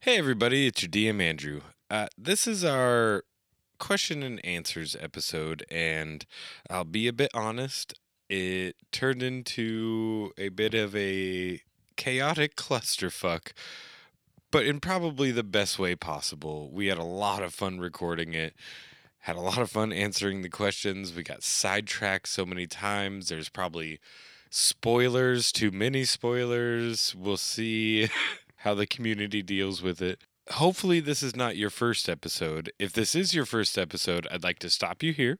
Hey, everybody, it's your DM Andrew. Uh, this is our question and answers episode, and I'll be a bit honest, it turned into a bit of a chaotic clusterfuck, but in probably the best way possible. We had a lot of fun recording it. Had a lot of fun answering the questions. We got sidetracked so many times. There's probably spoilers, too many spoilers. We'll see how the community deals with it. Hopefully, this is not your first episode. If this is your first episode, I'd like to stop you here,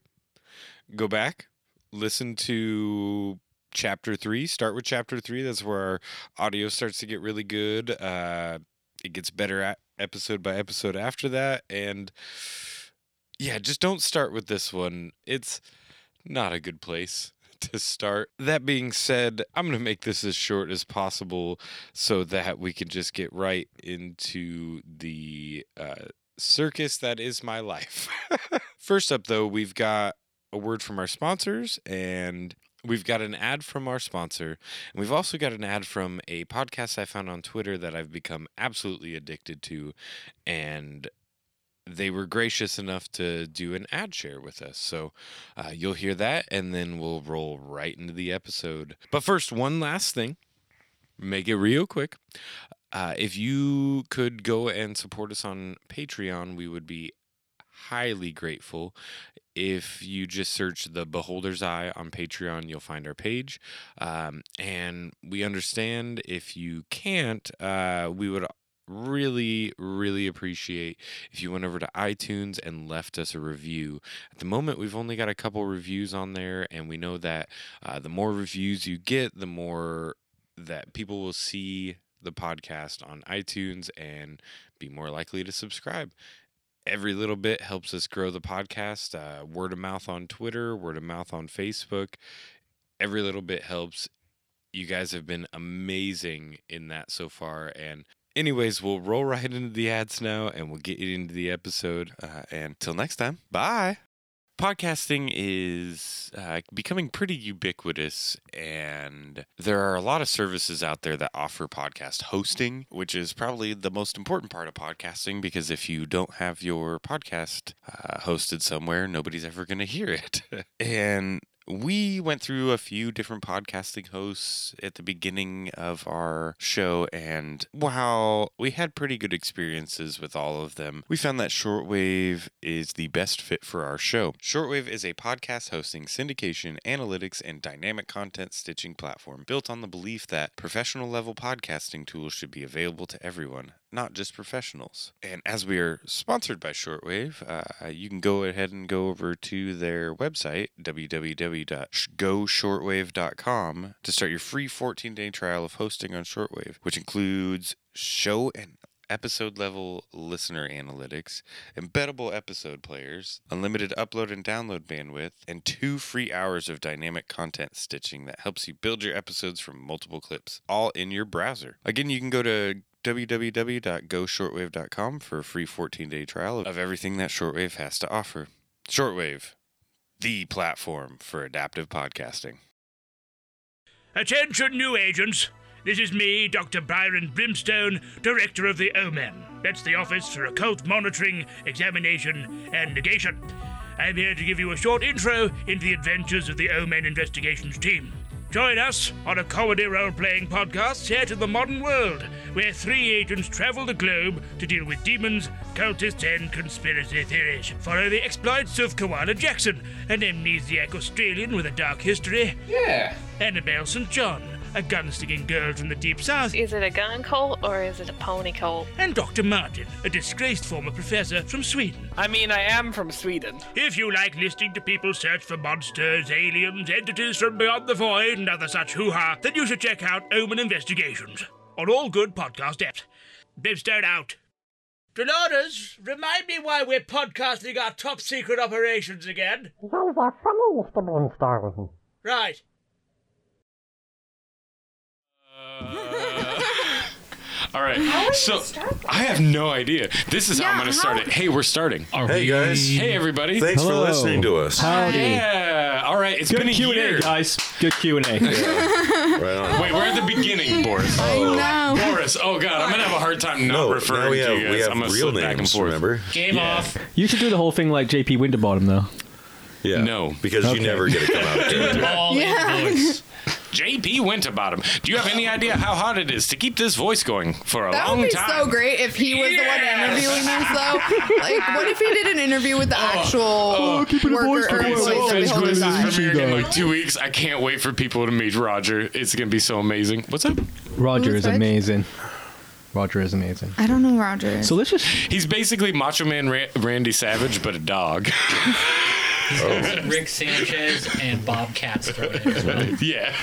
go back, listen to chapter three, start with chapter three. That's where our audio starts to get really good. Uh, it gets better at episode by episode after that. And yeah, just don't start with this one. It's not a good place to start. That being said, I'm going to make this as short as possible so that we can just get right into the uh, circus that is my life. First up, though, we've got a word from our sponsors and. We've got an ad from our sponsor, and we've also got an ad from a podcast I found on Twitter that I've become absolutely addicted to. And they were gracious enough to do an ad share with us. So uh, you'll hear that, and then we'll roll right into the episode. But first, one last thing. Make it real quick. Uh, if you could go and support us on Patreon, we would be highly grateful. If you just search the Beholder's Eye on Patreon, you'll find our page. Um, and we understand if you can't, uh, we would really, really appreciate if you went over to iTunes and left us a review. At the moment, we've only got a couple reviews on there, and we know that uh, the more reviews you get, the more that people will see the podcast on iTunes and be more likely to subscribe. Every little bit helps us grow the podcast. Uh, word of mouth on Twitter, word of mouth on Facebook. Every little bit helps. You guys have been amazing in that so far, and Anyways, we'll roll right into the ads now and we'll get into the episode. Uh, and till next time, bye. Podcasting is uh, becoming pretty ubiquitous, and there are a lot of services out there that offer podcast hosting, which is probably the most important part of podcasting because if you don't have your podcast uh, hosted somewhere, nobody's ever going to hear it. and we went through a few different podcasting hosts at the beginning of our show, and while we had pretty good experiences with all of them, we found that Shortwave is the best fit for our show. Shortwave is a podcast hosting, syndication, analytics, and dynamic content stitching platform built on the belief that professional level podcasting tools should be available to everyone not just professionals. And as we are sponsored by Shortwave, uh, you can go ahead and go over to their website, www.goshortwave.com, to start your free 14 day trial of hosting on Shortwave, which includes show and episode level listener analytics, embeddable episode players, unlimited upload and download bandwidth, and two free hours of dynamic content stitching that helps you build your episodes from multiple clips, all in your browser. Again, you can go to www.goshortwave.com for a free 14 day trial of everything that Shortwave has to offer. Shortwave, the platform for adaptive podcasting. Attention, new agents. This is me, Dr. Byron Brimstone, Director of the Omen. That's the Office for Occult Monitoring, Examination, and Negation. I'm here to give you a short intro into the adventures of the Omen Investigations team. Join us on a comedy role playing podcast set in the modern world, where three agents travel the globe to deal with demons, cultists, and conspiracy theories. Follow the exploits of Koala Jackson, an amnesiac Australian with a dark history, Yeah. Annabelle St. John, a gun slinging girl from the deep south, Is it a gun cult or is it a pony cult? and Dr. Martin, a disgraced former professor from Sweden. I mean, I am from Sweden. If you like listening to people search for monsters, aliens, entities from beyond the void, and other such hoo ha, then you should check out Omen Investigations on all good podcast apps. Brimstone out. Dolores, remind me why we're podcasting our top secret operations again. Those are funny, Mr. Brimstone. Right. All right. So I have no idea. This is how I'm Yeah, going to start how- it. Hey, we're starting. Are Hey, we- guys. Hey, everybody. Thanks Hello. for listening to us. Howdy. Yeah. All right. It's been Good a Q and year. A, guys. Good Q and A. Right on. Wait, we're at the beginning, Boris. No. Boris. Oh God, I'm gonna have a hard time not No, referring now we to have, you guys. we I'm gonna have real slip back and names, forth. remember? Game off. You should do the whole thing like J.P. Winterbottom, though. Yeah. No. Because you never get to come out there. All Yeah. in voice. JP Winterbottom. Do you have any idea how hard it is to keep this voice going for a That long would be time? so great if he was the one interviewing us, though. Like, what if he did an interview with the actual Oh, it a voice worker to or Okay, voice. employee so that we Fez hold Quiz his is eye? premiering in guy. like two weeks. I can't wait for people to meet Roger. It's gonna be so amazing. What's up? Roger Who's is Reg? amazing. Roger is amazing. I don't know Roger. So let's just He's basically Macho Man Ra- Randy Savage, but a dog. Oh. Rick Sanchez and Bob Katz thrown in as well. yeah.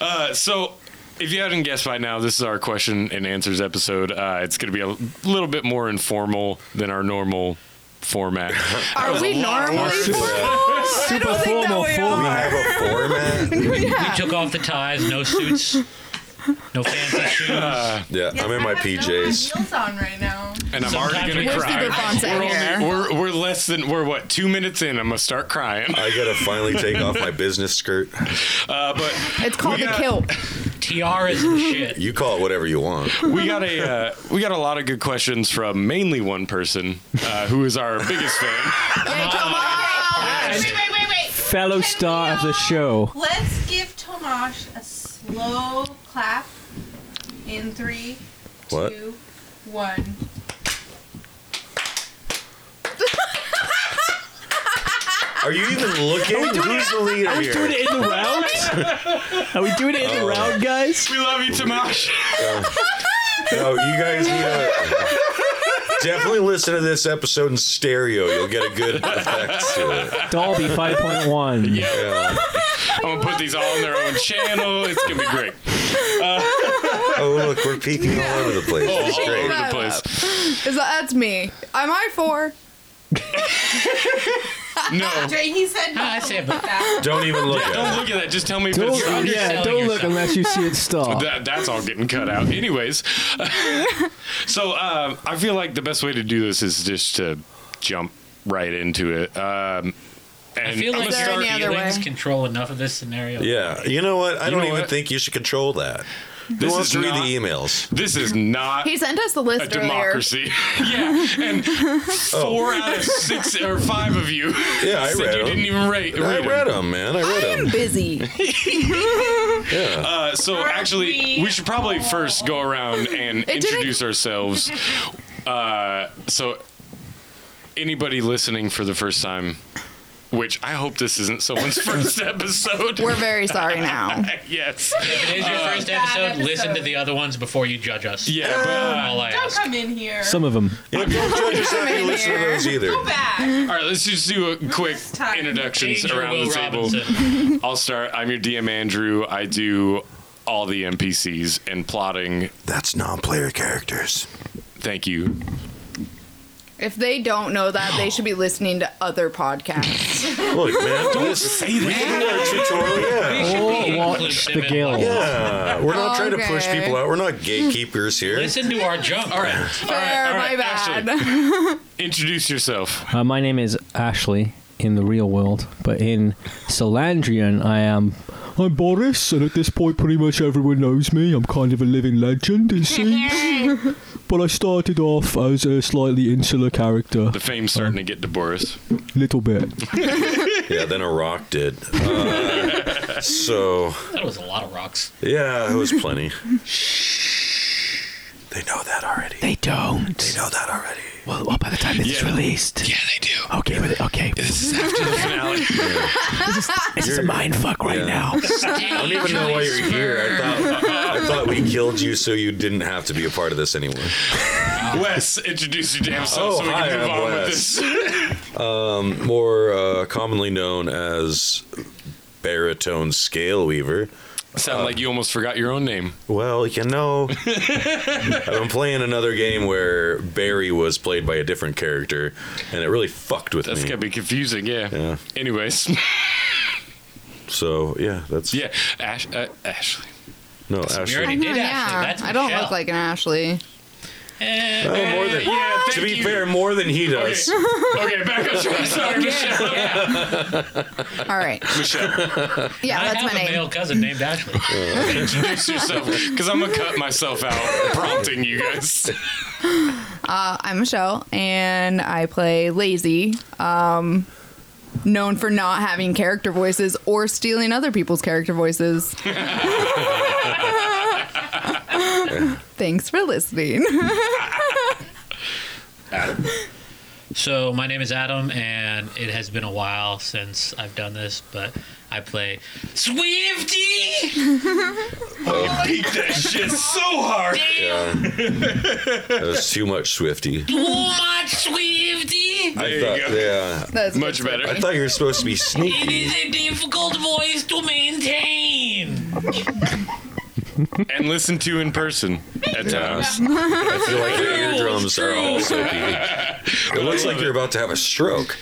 Uh, so, if you haven't guessed by now, this is our question and answers episode. Uh, it's going to be a little bit more informal than our normal format. are we normally words. formal? I Super don't think formal, that we formal. We are. have a format. Yeah. Took off the ties, no suits, no fancy shoes. Yeah, I'm in my PJs. heels on right now. and I'm Sometimes already going we- to Where's the cry. Devonta We're, here? we're, we're less than, we're what, two minutes in? I'm going to start crying. I gotta finally take off my business skirt. Uh, but It's called We the got- kilt. Tiaras and shit. You call it whatever you want. we got a uh, we got a lot of good questions from mainly one person uh, who is our biggest fan. Wait, wait, wait, wait. fellow star of the show. Let's give Tomash a slow clap in three, two, one. What? Are you even looking? Who's the leader Doing here? it in the round? Are we doing it in the round, guys? We love you, Tomash. No, Oh, you guys need to definitely listen to this episode in stereo. You'll get a good effect to it. Dolby 5.1. Yeah. I'm gonna put these all on their own channel. It's gonna be great. Oh, look, we're peeking all over the place. All It's over great. the place. Is that, that's me. Am I four? No, Jay, he said no. I say it, but- that. Don't even look at Don't it. look at that. Just tell me if Don't, it's wrong. yeah, Underselling don't look yourself. unless you see it Oh. stop. That, that's all getting cut out. Anyways, so um, I feel like the best way to do this is just to jump right into it. Um, and I feel I'm like gonna there start- any your other feelings way? control enough of this scenario. Yeah, you know what? I You don't know even what? think you should control that. This Who is wants to read not- the emails? this is not He sent us the a list earlier. Oh. democracy. yeah, and four out of six or five of you Yeah, I said you read didn't them. even rate. I read 'em. read them, man. I read I'm them. busy. Yeah. Uh, so actually, we we should probably first go around and didn't- introduce ourselves. Uh, so, anybody listening for the first time, which I hope this isn't someone's first episode. We're very sorry now. yes. If it is your first Bad episode, episode. listen to the other ones before you judge us. Yeah, but, uh, I'll Don't ask. come in here. Some of them. Yeah, don't judge yourself if you listen to those either. Go back. all right, let's just do a quick time. introductions Danger around Will the table. Robinson. I'll start. I'm your DM, Andrew. I do all the NPCs and plotting. That's non-player characters. Thank you. If they don't know that, they should be listening to other podcasts. Look, man, don't Say that. tutorial. Yeah. Or watch inclusive the in guild. Yeah, we're not trying to push Okay. people out. We're not gatekeepers here. Listen to our junk. All right. Fair, all my right, bad. Introduce yourself. Uh, my name is Ashley in the real world, but in Solandrian, I am. I'm Boris, and at this point, pretty much everyone knows me. I'm kind of a living legend, it seems. but I started off as a slightly insular character, The fame's starting to get to Boris. little bit. Yeah, then a rock did. Uh, so That was a lot of rocks. yeah, it was plenty. They know that already. They They don't. know that already. Well, well, by the time this is Yeah. released. Yeah, they do. Okay, with it. Okay, This is after the finale. this is a mind fuck right Yeah. now. I don't even know why you're here. I thought I thought we killed you so you didn't have to be a part of this anymore. Wes, introduce your damn self Oh, so we hi, can move I'm on Wes. with this. More uh, commonly known as baritone scale weaver. Sound like you almost forgot your own name. Well, you know, I've been playing another game where Barry was played by a different character, and it really fucked with That's me. gonna be confusing, yeah. Yeah. Anyways, So yeah, that's yeah, Ash, uh, Ashley. No, We already Ashley. did Ashley. That's Oh, I don't Michelle. look like an Ashley. Eh, Oh, more than, Yeah, thank to be you. fair, more than he does. Okay, back up. Sorry, sorry, Michelle. All right. Yeah, I that's have my a name. male cousin named Ashley. Introduce yourself, because I'm gonna cut myself out prompting you guys. I'm Michelle, and I play Lazy, um, known for not having character voices or stealing other people's character voices. Thanks for listening. So my name is Adam, and it has been a while since I've done this, but I play Swifty. Beat that shit so hard. That was too much Swifty. Too much Swifty. I There you thought, go. yeah. That's Much better. I thought you were supposed to be It sneaky. is a difficult voice to maintain. And listen to in person at times. I feel like your eardrums are all It's sneaky. It looks like you're about to have a stroke.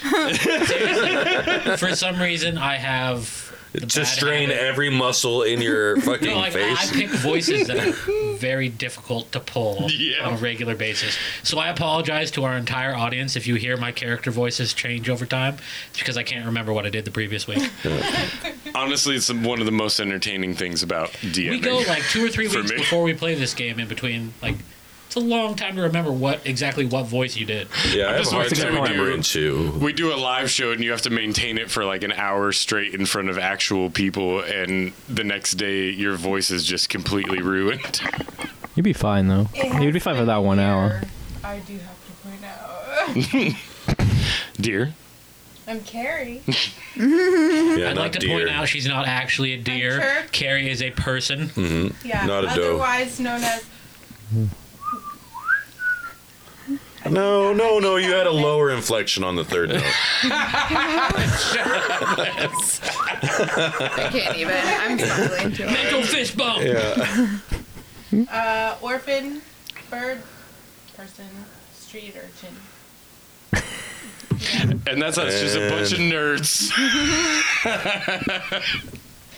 For some reason, I have the To bad strain habit- every muscle in your fucking No, like I, I face. pick voices that are very difficult to pull Yeah. on a regular basis. So I apologize to our entire audience if you hear my character voices change over time. It's because I can't remember what I did the previous week. Honestly, it's one of the most entertaining things about DMing. We go like two or three For weeks me. before we play this game. In between, like it's a long time to remember what exactly what voice you did. yeah, I have just a hard wondering time if we do- remembering too. we do a live show and you have to maintain it for like an hour straight in front of actual people, and the next day your voice is just completely ruined. You'd be fine though. It You'd be has fine for been that one a hour. year. I do have to point out. Dear, I'm Carrie. Yeah, I'd not like to deer. point out she's not actually a deer. sure. Carrie is a person. Yeah. Not a doe. otherwise known as No, no, no. You had a lower inflection on the third note. I can't even. I'm struggling to it. Mental fist bump. uh, orphan, bird, person, street urchin. and that's us, just a bunch of nerds.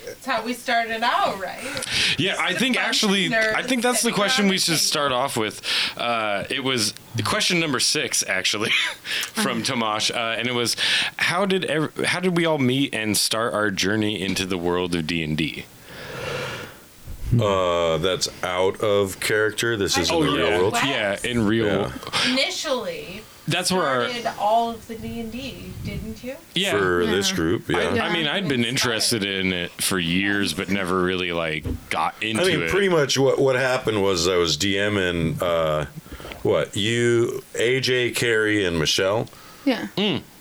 That's how we started out, right? Yeah, I think bunch of actually, nerds I think that's the sitting question around we the should table. start off with. Uh, it was question number six, actually, from Uh-huh. Tomash, uh, and it was how did ev- how did we all meet and start our journey into the world of D and D? Uh, that's out of character. This is in the yeah, real world. yeah, in real. Yeah. Initially, That's where our started all of the D and D, didn't you? yeah. For this group, yeah. I mean, I'd been interested in it for years, but never really like got into I mean, it. pretty much what what happened was I was DMing uh, what you, AJ, Carey, and Michelle, Yeah.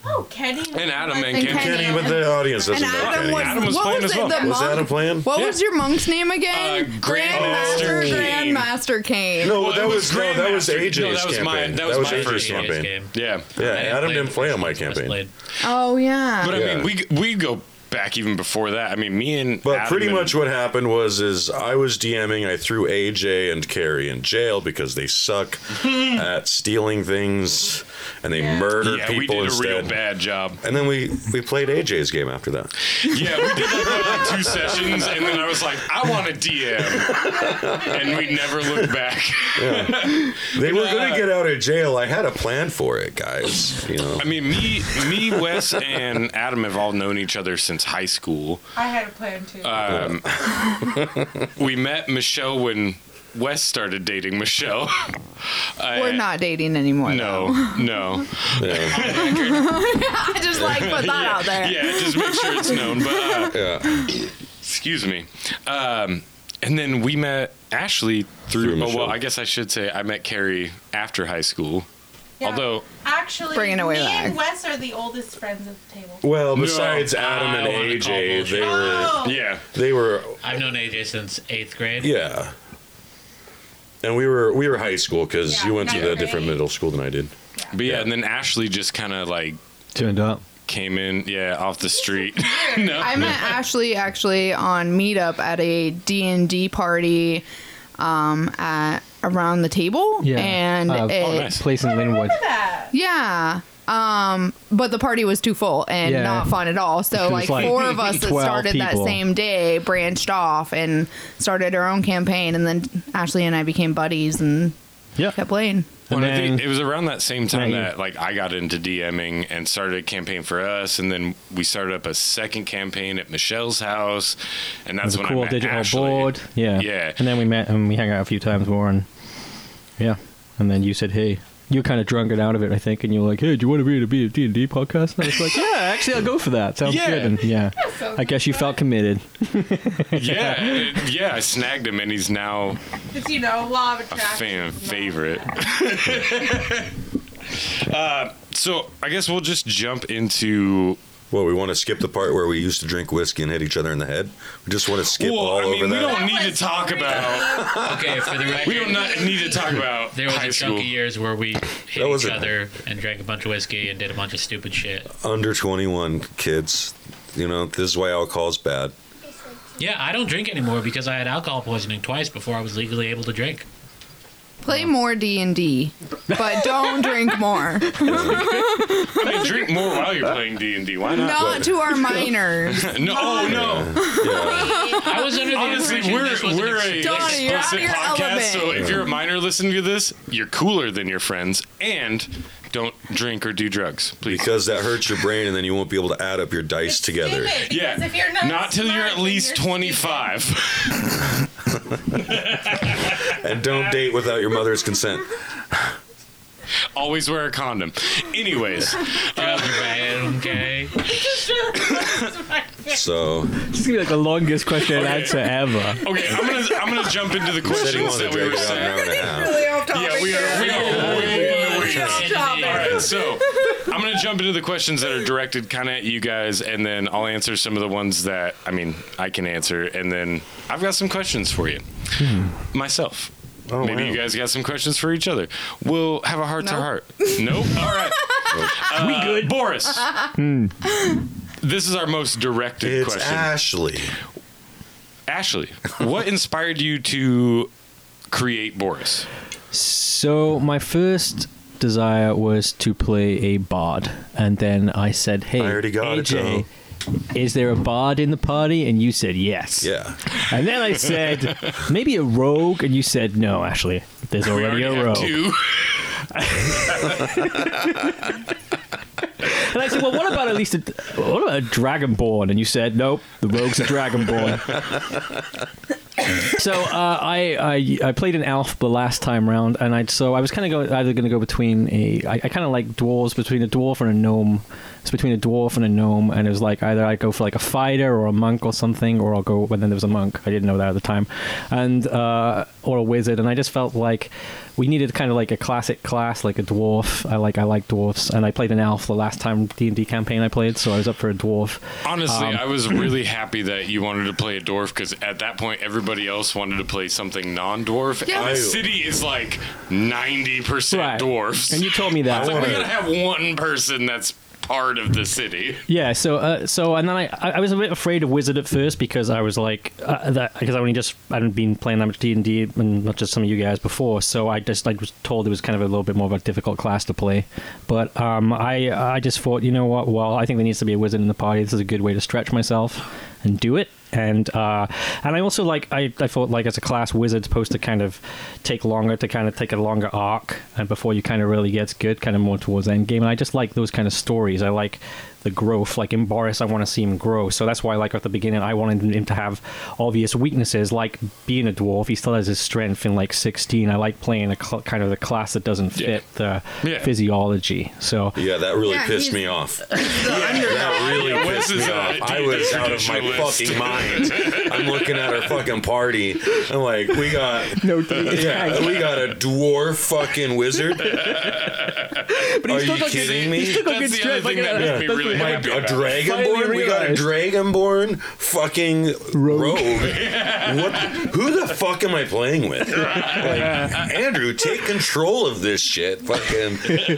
Oh, Kenny. and Adam and And Ken. Ken- Kenny, but the audience doesn't And know Adam Kenny. was, Adam was what playing was as it, well. the was Adam monk? playing? What was your monk's name again? Uh, Grandmaster Kane. Grandmaster Kane. No, Well, it that was was no, that was Grandmaster. AJ's No, that was my- campaign. that was my AJ's first AJ's campaign. game. Yeah, Yeah, I didn't Adam play didn't the play first on one, my so I just campaign. played- Oh yeah. but I Yeah. mean, we we go back even before that. I mean, me and But Adam pretty and- much what happened was is I was DMing, I threw AJ and Carrie in jail because they suck at stealing things and they murder yeah, we people did a real instead. bad job. and then we we played AJ's game after that. Yeah, we did like, like two sessions, and then I was like, I want a DM, and we never looked back. They were going to get out of jail. I had a plan for it, guys. You know. I mean, me, me, Wes, and Adam have all known each other since high school. I had a plan too. Um, We met Michelle when Wes started dating Michelle. We're not dating anymore. No, no. Yeah. I just like put that out there. Yeah, just make sure it's known. But uh, Yeah. excuse me. Um, and then we met Ashley through. Through oh, well, Michelle. I guess I should say I met Carrie after high school. Yeah. Although Actually, Bringing away me that. and Wes are the oldest friends at the table. Well, Oh, besides No, Adam and I wanna call AJ, they Ah! were Oh, Yeah. they were I've known AJ since eighth grade. yeah. And we were we were high school because Yeah, you went to ninth the different grade. middle school than I did. But yeah, and then Ashley just kind of like Turned up. came in, yeah, off the street. I met Ashley actually on Meetup at a D&D party um, at around the table Yeah. and Uh, it, Oh, nice. Place in Linwood. that. yeah Um, but the party was too full and Yeah. not fun at all. So It like, was like four of us that 12 started that people. same day branched off and started our own campaign, and then Ashley and I became buddies and yeah. kept playing. Well, I think it was around that same time Right. that like I got into DMing and started a campaign for us, and then we started up a second campaign at Michelle's house, and That's that's a when cool I met digital Ashley. board. Yeah. Yeah. And then we met and we hung out a few times more and yeah. And then you said, hey, you kind of drunk it out of it, I think, and you were like, hey, do you want to be in a D&D podcast? And I was like, yeah, actually, I'll go for that. Sounds Yeah. good. And yeah. I guess you felt committed. yeah, yeah, I snagged him, and he's now Because, you know, law of a attraction. fan favorite. uh, so I guess we'll just jump into. Well, we want to skip the part where we used to drink whiskey and hit each other in the head. We just want to skip Well, all I mean, over we that. don't need to talk about. Okay, for the record, we don't not need to talk about there was high a school. chunk of years where we hit each other and drank a bunch of whiskey and did a bunch of stupid shit. Under 21 kids, you know, this is why alcohol's bad. Yeah, I don't drink anymore because I had alcohol poisoning twice before I was legally able to drink. Play more D and D, but don't drink more. I mean, drink more while you're playing D and D. Why not? Not to our minors. no, oh, no. I was under the Honestly, impression we're this was an we're a ex- Donnie, you're out of explicit your podcast, so element. if you're a minor listening to this, you're cooler than your friends, and don't drink or do drugs, please. Because that hurts your brain and then you won't be able to add up your dice together. Because Yeah, if you're not, not till you're smart, at least 25. And don't date without your mother's consent. Always wear a condom. Anyways, okay. So, This is going to be like the longest question and Okay. answer ever. okay, I'm gonna I'm gonna jump into the you said you questions wanted that to we drink were it out an hour saying. and a half. Really off topic. Yeah, we are we are way in the weeds. Stop All it. right, so I'm gonna jump into the questions that are directed kind of at you guys, and then I'll answer some of the ones that I mean I can answer, and then I've got some questions for you myself. Maybe you guys got some questions for each other. We'll have a heart to heart. Nope. All right. we good, Hmm. Boris. This is our most directed It's question. Ashley. Ashley, what inspired you to create Boris? So my first desire was to play a bard, and then I said, "Hey, already got it, AJ, is there a bard in the party?" And you said yes. Yeah. And then I said, "Maybe a rogue," and you said, "No, Ashley, there's already, a rogue." Two. And I said, "Well, what about at least a what about a dragonborn?" And you said, "Nope, the rogue's a dragonborn." so uh, I, I I played an elf the last time round, and I so I was kind of go, either going to go between a I, I kind of like dwarves between a dwarf and a gnome. It's between a dwarf and a gnome, and it was like either I go for like a fighter or a monk or something, or I'll go. But then there was a monk. I didn't know that at the time, and uh, or a wizard, and I just felt like we needed kind of like a classic class, like a dwarf. I like I like dwarfs, and I played an elf the last time D and D campaign I played, so I was up for a dwarf. Honestly, Um, I was really happy that you wanted to play a dwarf because at that point everybody else wanted to play something non-dwarf, Yeah. and the city is like ninety Right. percent dwarfs. And you told me that. It's like we wanna- gotta have one person that's part of the city. Yeah, so uh, so and then I I I was a bit afraid of Wizard at first because I was like uh, that because I only just I hadn't been playing that much D and D and not just some of you guys before, so I just like was told it was kind of a little bit more of a difficult class to play. But um, I I just thought you know what, well I think there needs to be a wizard in the party. This is a good way to stretch myself and do it. And uh, and I also like I, I thought like as a class wizard's supposed to kind of take longer to kind of take a longer arc and before you kind of really gets good kind of more towards the end game and I just like those kind of stories I like the growth. Like in Boris, I want to see him grow. So that's why, like at the beginning, I wanted him to have obvious weaknesses, like being a dwarf. He still has his strength in like 16. I like playing a cl- kind of the class that doesn't fit the Yeah. physiology. So Yeah, that really Yeah, pissed he's- me off. That really Yeah, Wes pissed is me a off. I dude was that's out of my traditionalist. fucking mind. I'm looking at our fucking party. I'm like, we got no, yeah, we got a dwarf fucking wizard. Are you kidding me? That's the other thing that made me really My, happy. a About. dragonborn? We got a realized. dragonborn fucking rogue. What? Who the fuck am I playing with? Like, Andrew, take control of this shit. Fucking.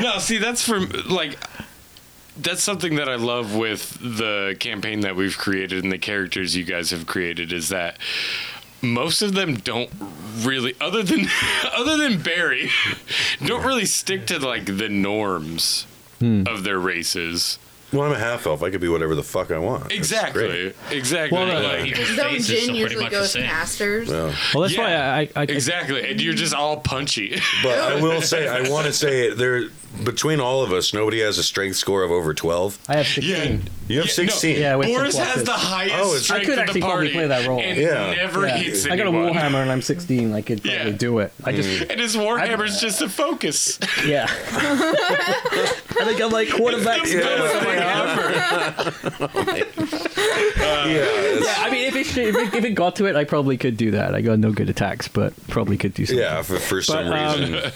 No, see, that's from like that's something that I love with the campaign that we've created and the characters you guys have created is that most of them don't really other than other than Barry don't really stick to like the norms Hmm. of their races. Well, I'm a half elf. I could be whatever the fuck I want. It's Exactly. great. Exactly. Well, uh, Like- Zone Jin usually goes masters. Well, that's why I, exactly, and you're just all punchy. But I will say, I want to say there between all of us, nobody has a strength score of over twelve. I have 16. You have Yeah, no. sixteen. Yeah, with Boris six has pluses. the highest strength I could of the actually probably party play that role. and Oh, yeah, never Yeah. hits I got a anyone. Warhammer and I'm 16. I could probably do it. I just, and his warhammer's just a focus. yeah. I think I'm like quarterback. It's the best thing yeah, I mean, if it, if, it, if it got to it, I probably could do that. I got no good attacks, but probably could do something. yeah. For, for But, some um, reason,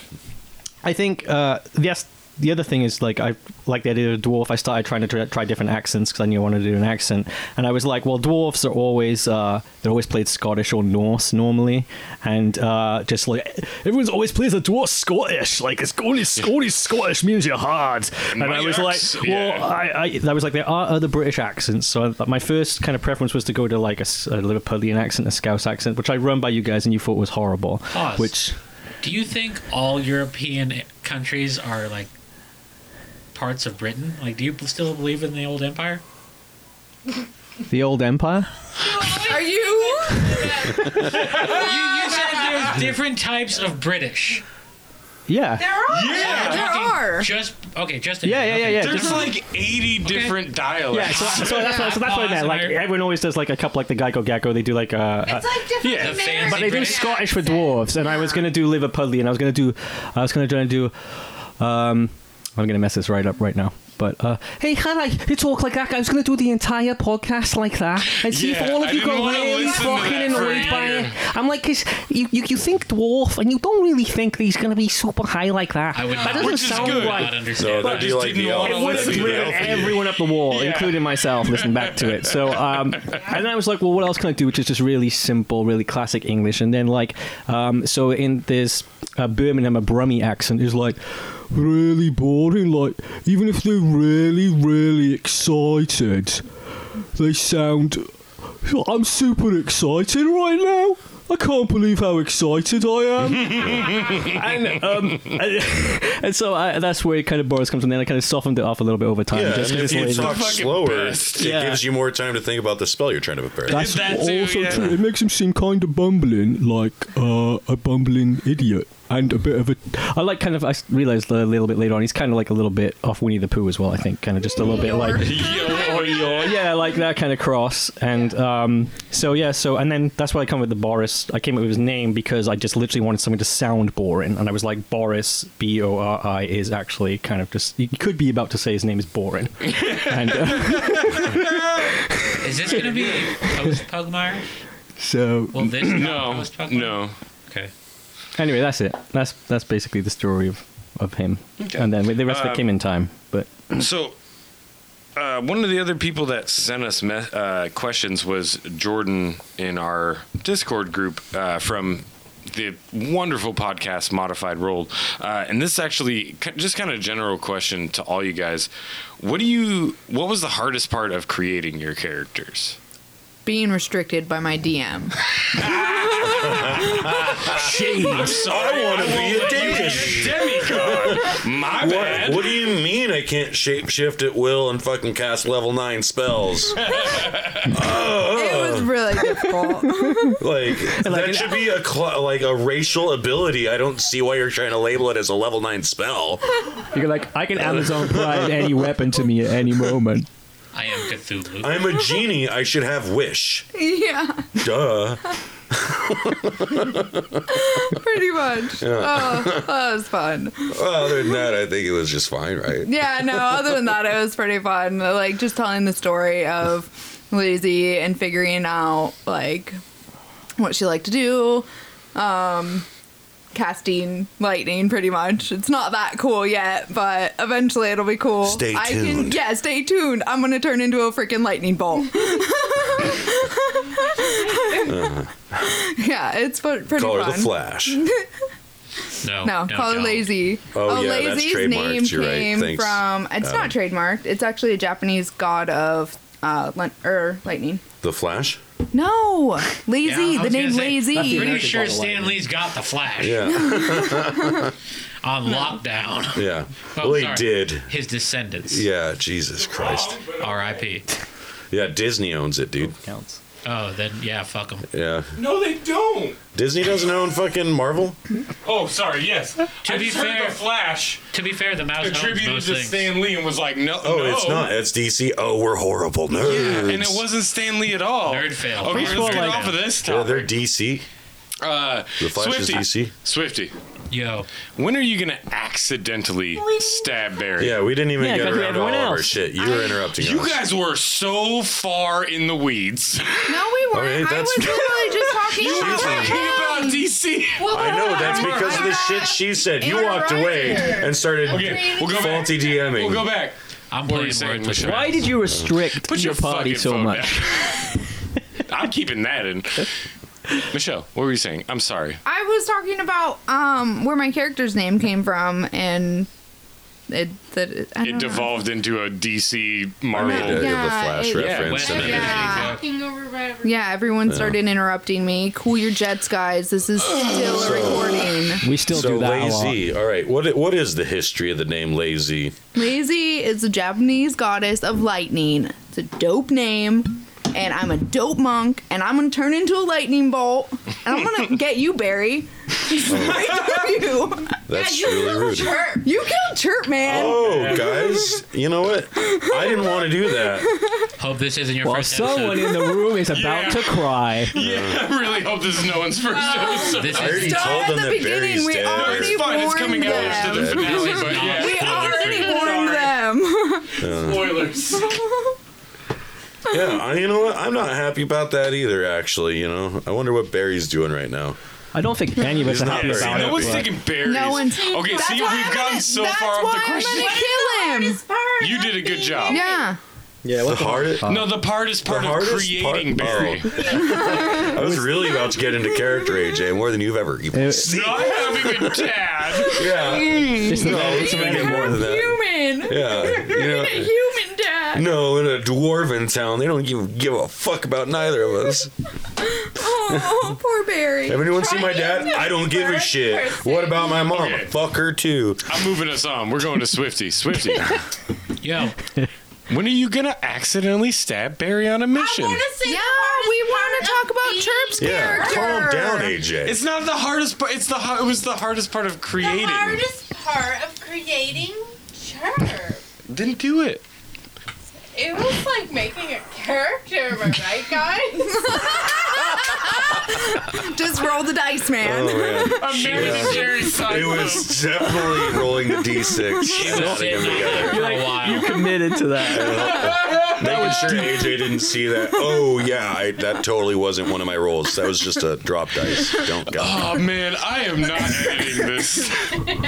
I think uh, yes. The other thing is like I like the idea of dwarf. I started trying to try, try different accents because I knew I wanted to do an accent, and I was like, well, dwarfs are always uh, they're always played Scottish or Norse normally, and uh, just like everyone's always plays a dwarf Scottish. Like it's only Scottish Scottish means you're hard. And I was like, Yes, well, yeah. I, I I was like, there are other British accents. So I, my first kind of preference was to go to like a, s- a Liverpudlian accent, a Scouse accent, which I run by you guys and you thought was horrible. Pause. Which Do you think all European countries are like parts of Britain? Like, do you still believe in the old empire? the old empire. Are you? you, you said there's different types of British. Yeah. are. Yeah. There are. Just okay. Just Yeah, yeah, yeah, yeah. There's Just- like 80 different Yeah, dialects. so, so that's, what, so that's what I meant. Like everyone always does like a couple, like the Geico Gecko. They do like uh, uh, yeah, but they do Scottish for dwarves, and I was gonna do Liverpudlian. I was gonna do, I was gonna try and do, um, I'm gonna mess this right up right now. But uh, Hey, can I? You talk like that. I was going to do the entire podcast like that and see if Yeah, all I of you didn't got wanna really listen to fucking that for a annoyed by year. it. I'm like, 'cause you, you, you think dwarf and you don't really think that he's going to be super high like that. I would that not- doesn't which is sound good. right. Not understand. No, But- that'd be like the elf. it would have That'd be the driven elf. everyone up the wall, including myself, listening back to it. So, um, and then I was like, well, what else can I do? Which is just really simple, really classic English. And then like, um, so in this uh, Birmingham, a Brummie accent is like. really boring. Like, even if they're really, really excited, they sound. I'm super excited right now. I can't believe how excited I am. and um, and, and so I, that's where kind of Boris comes in. Then I kind of softened it off a little bit over time. yeah. just and if just you like- talk slower, it Yeah. gives you more time to think about the spell you're trying to prepare. That's also true. It makes him seem kind of bumbling, like uh, a bumbling idiot, and a bit of a. I like kind of. I realized a little bit later on. He's kind of like a little bit off Winnie the Pooh as well. I think kind of just a little bit like. yeah, like that kind of cross, and um, so yeah, so and then that's why I come with the Boris. I came up with his name because I just literally wanted something to sound boring, and I was like, Boris B O R I is actually kind of just. You could be about to say his name is boring, and uh, Is this gonna be post Pugmire? so. Well, this no, no. Okay. Anyway, that's it. That's that's basically the story of of him, and then the rest of Um, it came in time, but. So, uh, one of the other people that sent us me- uh, questions was Jordan in our Discord group uh, from the wonderful podcast Modified Roll. Uh, and this is actually ki- just kind of general question to all you guys. What do you? What was the hardest part of creating your characters? Being restricted by my DM. Shades. I'm sorry. I want to be a demigod. My what, bad. What do you mean I can't shapeshift at will and fucking cast level nine spells? It was really difficult. Like that should be a cl- like a racial ability. I don't see why you're trying to label it as a level nine spell. You're like I can Amazon Prime any weapon to me at any moment. I am Cthulhu. I'm a genie. I should have wish. yeah, Duh. pretty much. Yeah. Oh, that was fun. Well, other than that, I think it was just fine, right? Yeah, no, other than that, it was pretty fun. Like, just telling the story of Lizzie and figuring out, like, what she liked to do. Um, casting lightning, pretty much. It's not that cool yet, but eventually it'll be cool. Stay I Can, tuned. yeah, stay tuned. I'm going to turn into a freaking lightning bolt. yeah, it's fu- pretty Call her fun. the Flash. No, no, call her lazy. Oh, yeah, that's lazy's trademarked. name You're right. came Thanks, Um, from. It's Adam. not trademarked. It's actually a Japanese god of uh, lun- or lightning. The Flash. No, lazy. Yeah, I the was name gonna say, lazy. I'm pretty sure Stan Lee's got the Flash. Yeah. on lockdown. yeah. Oh, well, he sorry. did. His descendants. Yeah, Jesus Christ. R.I.P. Yeah, Disney owns it, dude. Counts. Oh, then yeah, fuck him. Yeah. No, they don't. Disney doesn't own fucking Marvel? Oh, sorry. Yes. to be fair- the Flash To be fair, the mouse attributed owns most to things. Stan Lee and was like, no, Oh, no. it's not. It's DC. Oh, we're horrible nerds. And it wasn't Stan Lee at all. Nerd fail. Okay, Nerd let's get fail. off of this Yeah, topic. they're DC. Uh, The Flash is Swifty. DC? Swifty. Yo. When are you gonna accidentally stab Barry? Yeah, we didn't even Yeah, get 'cause we around had to all everyone of our else. shit. You were interrupting You us. guys were so far in the weeds. No, we weren't. Okay, I that's- was literally just talking You were about talking about DC. I know that's because of the shit she said. You walked away and started Okay, we'll go faulty DMing. We'll go back. I'm What were you saying, Michelle? Why did you restrict Put your, your party fucking so phone much? I'm keeping that in. Michelle, what were you saying? I'm sorry. I was talking about um where my character's name came from and it that it, I don't It know. devolved into a DC Marvel. I made a- Yeah, a Flash it- reference and everything. Yeah. Talking over by Uh, Yeah, everyone Yeah. started interrupting me. Cool your jets, guys. This is still a recording. We still so do that a lot. lazy. All right, what i- what is the history of the name Lazy? Lazy is a Japanese goddess of lightning. It's a dope name. And I'm a dope monk, and I'm gonna turn into a lightning bolt, and I'm gonna get you, Barry. right through you. Oh. That's Yeah, you really rude. Chirp. You killed Chirp, man. Oh, guys, you know what? I didn't want to do that. Hope this isn't your While first someone in the room is about to cry. Yeah, I really hope this is no one's first episode. This I already told them that Barry's dead. No, it's fine. It's coming warned out to the them. finale, but yeah. We already warned them. Yeah. Spoilers. Yeah, I, you know what? I'm not happy about that either. Actually, you know, I wonder what Barry's doing right now. I don't think any of us He's are not happy very about happy. it. No one's but- thinking Barry's. No one's- Okay, That's see, why we've I'm gotten gonna- so that's far off the why I'm question. gonna kill him. You did a good job. Yeah. Yeah, the hardest. No, the hardest part of hardest creating part- Barry. I was really about to get into character, AJ, more than you've ever even seen. Not having a dad. Yeah. Just no, imagine- it's gonna get more than that. Human. Yeah, you know- human dad. No, in a dwarven town, they don't give give a fuck about neither of us. Oh, poor Barry. Have anyone seen my dad? I don't give a shit. What about my mom? Fuck her too. I'm moving us on. We're going to Swifty. Swifty. Yo. When are you gonna accidentally stab Barry on a mission? Yeah, we want to talk about Chirp's Yeah, character. calm Down, AJ. It's not the hardest part. It's the har- it was the hardest part of The creating. hardest part of creating chirp. Then do it. It was like making a character, am I right, guys? Just roll the dice, man. Oh, yeah. Yeah. It was definitely rolling the D6. was Not sitting even together. for a while. You committed to that. Making sure AJ didn't see that. Oh yeah, I, that totally wasn't one of my rolls. That was just a drop dice. Don't go. Oh man, I am not editing this. I want,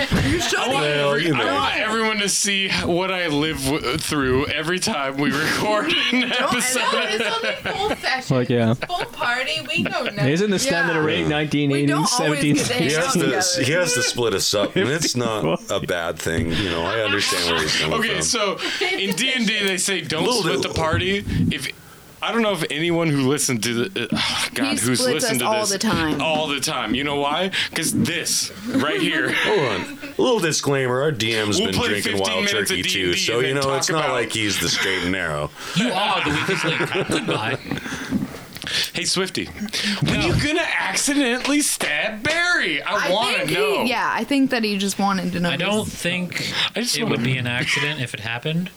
Well, every- you I know. want everyone to see what I live w- through every time we record an episode. Full session. Like, yeah. Full party. We go now. Isn't the standard rate 1980s, 17s? He has to he has to split us up, and it's not a bad thing. You know, I understand where he's coming Okay, from. so in D and D they say don't Little split do- the party. If I don't know if anyone who listened to the uh, God who's splits us listened to all this the time. all the time. You know why? Because this right here. Hold on. A little disclaimer: Our DM's We'll been play drinking 15 wild minutes of turkey D&D too, so and you then know it's talk not about- like he's the straight and narrow. You are Oh, the weakest link. Goodbye. Hey Swifty, when you gonna accidentally stab Barry? I, want to know. He, yeah, I think that he just wanted to know. I don't think it would be an accident if it happened.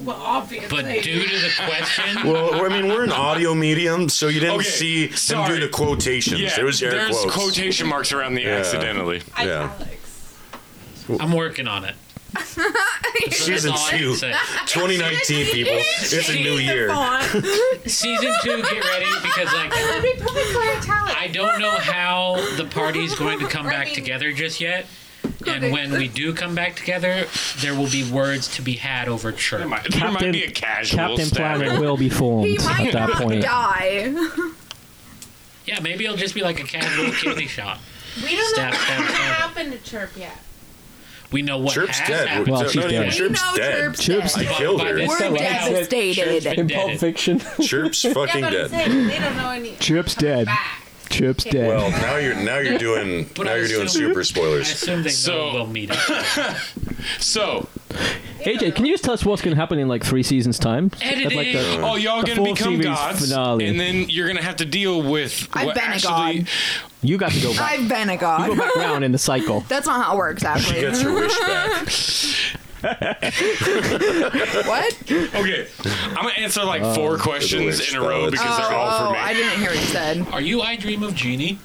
Well, obviously. But due to the question, Well, I mean, we're an audio medium, so you didn't Okay, see him sorry. do the quotations. Yeah, there was air there's quotes. quotation marks around the Yeah. accidentally. Yeah. I'm working on it. Season That's all I can two, say. 2019, people. It's a new year. Season two, get ready because like I don't know how the party's going to come back together just yet. And when we do come back together, there will be words to be had over church. There might, Captain- be a casual Captain Planet will be formed at that point. die. Yeah, maybe it'll just be like a casual kidney shot. We don't Stab, know stab, what stab. happened to chirp yet. We know what Chirp's has dead. happened. Well, she's No, no, dead. Chirp's We know dead. Chirp's Chirp's dead. dead. I killed her. We're We're devastated. In Pulp Fiction. Chirp's fucking dead. they don't know any. Chip's dead. Chip's dead. Well, now you're now you're doing But now I you're doing assume- super I spoilers. assume they know we'll meet up. so, AJ, can you just tell us what's going to happen in like three seasons' time? At, editing. like, oh, y'all the gonna full become series gods, Finale. and then you're gonna have to deal with. I've what been a actually, god. you got to go back. I've been a god. You go back round in the cycle. That's not how it works, actually. what? Okay, I'm gonna answer like Oh, four questions in a row because oh, they're all for me. I didn't hear what you said. Are you I Dream of Genie?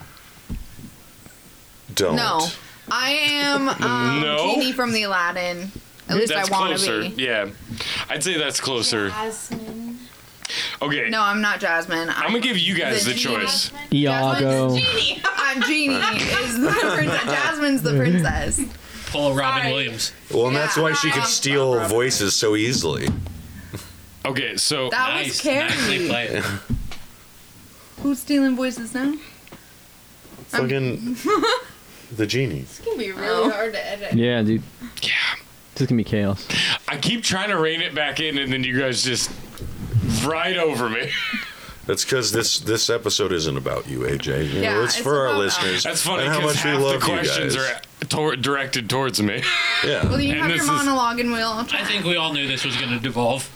Don't. No, I am um, No. Genie from the Aladdin. At least I that's want closer. to be. Yeah, I'd say that's closer. Okay, No, I'm not Jasmine. I'm, I'm gonna give you guys the, Genie. choice. Iago. Genie. I'm Genie. Is the princess. Jasmine's the princess. Paul Robin Williams. Well, and that's why she could steal voices so easily. Okay, so That was Nice, Carrie. nicely played. Who's stealing voices now? Fucking the genie. It's gonna be Oh. really hard to edit. Yeah, dude. Yeah. This is gonna be chaos. I keep trying to rein it back in, and then you guys just right over me. That's because this this episode isn't about you, AJ. You Yeah, know, it's, it's for our about listeners. That's funny and how because much we half the love you questions guys. are tor- directed towards me. Yeah. Well, you And have your this is- monologue, and we'll. I think we all knew this was going to devolve.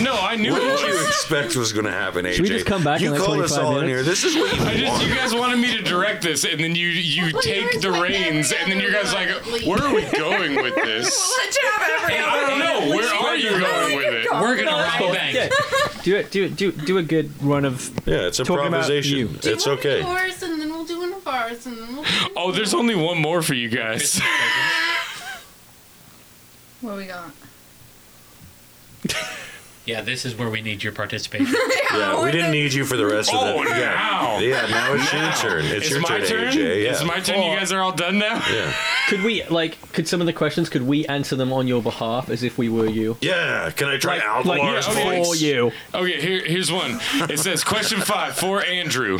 no, I knew What it did you was. expect was going to happen, AJ? Should we just come back You in, like, called us 25 all in here. minutes? This is what you I just want. you guys wanted me to direct this, and then you you take the reins, and then you guys like, where are we going with this? Let you have everything. I don't know. Where are you going with it? We're gonna rob a bank. Do it. Do it. Do do a good run of. Yeah, it's Talking about you. improvisation. It's okay. Yours, and then we'll do one of ours, and then we'll. Do Oh, there's only one more for you guys. What we got? Yeah, this is where we need your participation. Yeah, we didn't need you for the rest of Oh, the. now. Yeah, yeah. Now it's your turn. It's, It's your my turn, turn? AJ. Yeah. It's my turn. You guys are all done now. Yeah. Could we like? Could some of the questions? Could we answer them on your behalf as if we were you? Yeah. Can I try Alvarez? like, yeah, okay. for you. Okay, here, here's one. It says, question five for Andrew.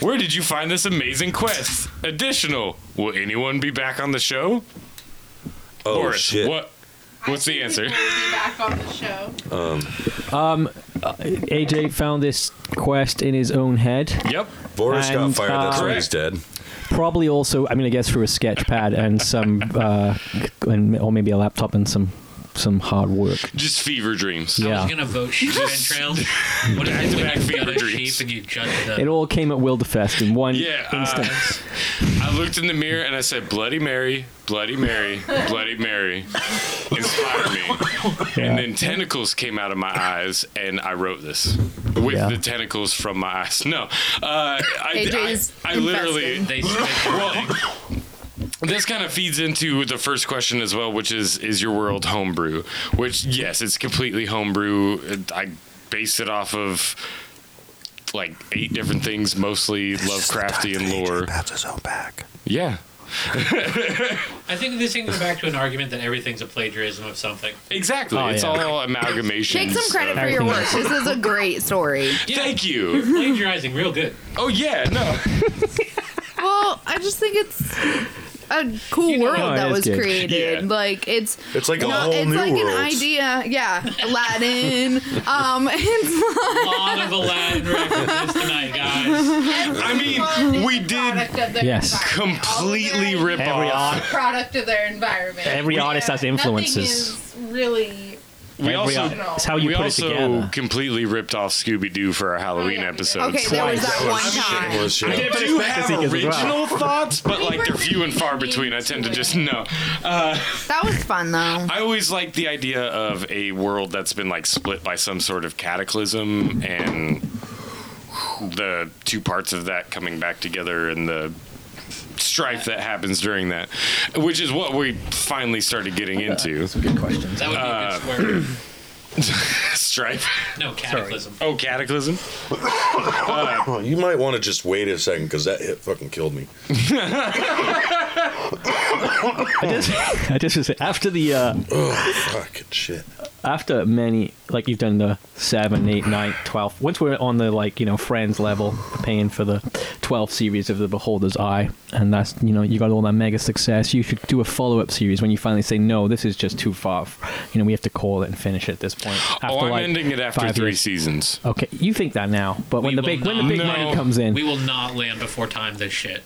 Where did you find this amazing quest? Additional, will anyone be back on the show? Oh, Boris, shit. What, what's the answer? be back on the show. Um. Um. uh, AJ found this quest in his own head. Yep. Boris got And, fired. That's uh, why he's dead. Probably also, I mean, I guess through a sketch pad and some, uh, and or maybe a laptop and some, some hard work. Just fever dreams. Yeah. I was gonna vote sheep entrails. What if you back Back-to-back the fever other dreams. sheep and you judge the? It all came at Wilderfest in one Yeah, uh, instant. I looked in the mirror and I said, Bloody Mary, Bloody Mary, Bloody Mary. Inspire me. And then tentacles came out of my eyes and I wrote this with Yeah. the tentacles from my eyes. No. Uh, I, AJ's I, I literally. they Well, this kind of feeds into the first question as well, which is is your world homebrew? Which yes, it's completely homebrew. I base it off of like eight different things, mostly Lovecraftian lore. That's his own back. Yeah, I think this thing goes back to an argument that everything's a plagiarism of something. exactly. Oh, it's yeah. all amalgamation. Take some credit for your work. This is a great story. Thank you. Plagiarizing real good. Oh yeah, no. Well, I just think it's a cool world No, it that is was good. created. Yeah. Like it's It's like a not- whole it's new like world. an idea. Yeah, Aladdin. um, it's A like, lot of Aladdin references tonight, guys. I mean, we did Product of their environment. completely rip Every off. Product of their environment. Every Yeah, artist has influences. Nothing is really. We Every also, art- it's how you we put it also together. completely ripped off Scooby Doo for our Halloween episode. Oh, Okay, there was that one time. I Yeah. do have Fantasy as well. original thoughts, but like they're few and far between. I tend to just no. Uh, that was fun though. I always like the idea of a world that's been like split by some sort of cataclysm and the two parts of that coming back together and the strife that happens during that, which is what we finally started getting into. That's a good question. That would be a good square. strife. No cataclysm. Oh, cataclysm. Oh, you might want to just wait a second because that hit fucking killed me. I just, I just was after the uh, Oh, fucking shit. after many, like you've done the seven, eight, nine, twelve. Once we're on the like you know friends level, we're paying for the twelve series of the Beholder's Eye, and that's you know you got all that mega success. You should do a follow up series when you finally say no, this is just too far. You know we have to call it and finish it at this point. oh, I'm like, ending it after five three years. seasons. Okay, you think that now, but when the big when the big money comes in, we will not land before time. This shit.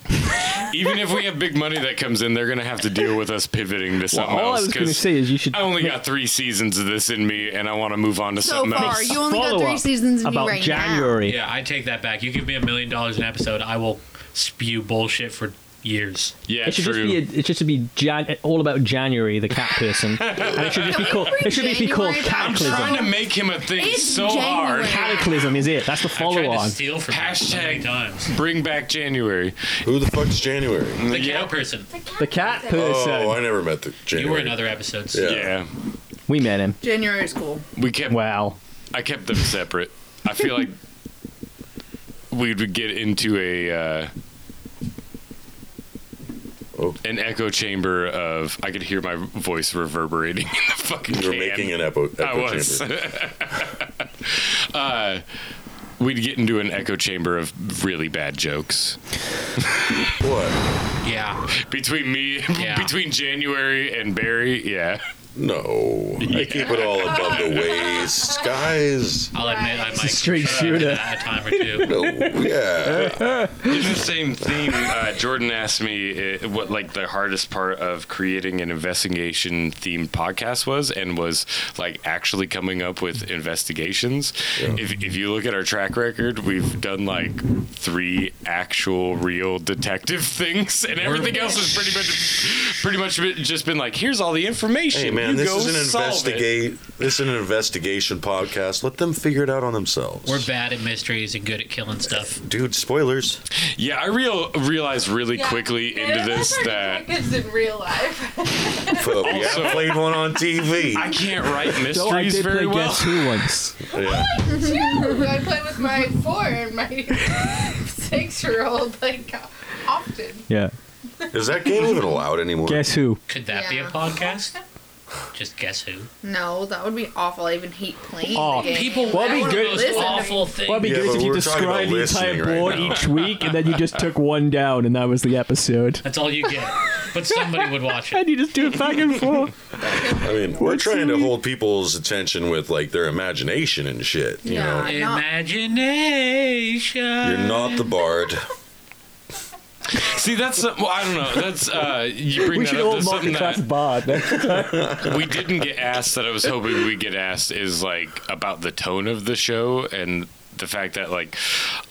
Even if we have big money that comes in, they're going to have to deal with us pivoting to something all I else. was gonna 'cause say is you should I only got three seasons of this in me, and I want to move on to So something far, else. you only got three seasons in you about right January. Yeah, I take that back. You give me a million dollars an episode, I will spew bullshit for years. Yeah, it should just be a, it should just be Jan- all about January, the cat person. and it should just be called it should just be called I'm trying to cataclysm. make him a thing It's so hard. Cataclysm is it? That's the follow on. Steal for Hashtag bring back January. Who the fuck's January? the cow person. The cat person. Oh, I never met the January. You were in other episodes. Yeah. Yeah. We met him. January is cool. We kept. Wow. I kept them separate. I feel like we would get into a. Uh, Oh. An echo chamber of I could hear my voice reverberating in the fucking. You were can. making an echo- echo I was. uh, we'd get into an echo chamber of really bad jokes. What? Yeah. Between me, Yeah. between January and Barry, yeah. No, I keep it all above the waist, guys. I'll admit I might straight shooter. a time or two. No, yeah. In the same theme, uh, Jordan asked me uh, what like the hardest part of creating an investigation themed podcast was, and was like actually coming up with investigations. If, if you look at our track record, we've done like three actual real detective things, and everything else has pretty much pretty much been- just been like, here's all the information. Hey man, You this go is an solve it." investigate. This is an investigation podcast. Let them figure it out on themselves. We're bad at mysteries and good at killing stuff. Dude, spoilers. Yeah, I real realized really quickly into this that It's in real life. But we Also- haven't played one on TV. I can't write Though I mysteries did play very well. Guess Who once. Yeah. I play with my four and my six-year-old like often. Yeah. Is that game even allowed anymore? Guess who? Could that be a podcast? Just guess who? No, that would be awful. I even hate playing Oh, the game. people I What would wanna be good? listen to awful it. thing. What would be Yeah, good but if you we're described talking about the entire listening right board now. each week and then you just took one down and that was the episode. That's all you get. But somebody would watch it. And you just do it back and forth. I mean, we're trying to hold people's attention with like their imagination and shit. You know, Imagination. you're not the bard. See, that's uh, well, I don't know. That's uh, you bring we that should up. all That's something multi-class that bard next time. we didn't get asked that I was hoping we get asked is like about the tone of the show and the fact that like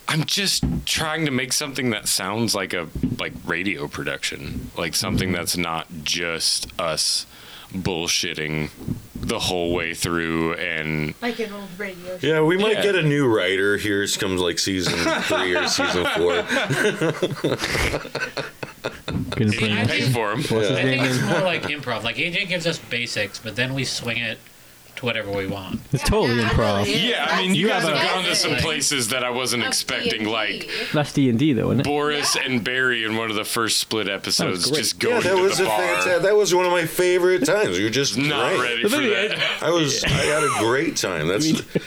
I'm just trying to make something that sounds like a like radio production, like something that's not just us bullshitting the whole way through and Like an old radio. Yeah, we might Yeah. get a new writer. Here comes like season three or season four. Gonna bring I pay think, for them. What's his I name? think it's more like improv. Like AJ gives us basics, but then we swing it to whatever we want. It's totally improv. Yeah, I mean, you, You guys have have a- gone to some places that I wasn't expecting, like That's D and D though, isn't it? Boris and Barry in one of the first split episodes great. just Oh, yeah, going that to was the a bar. fantastic. That was one of my favorite times. You're just Not great. ready for that. I was. I had a great time. That's.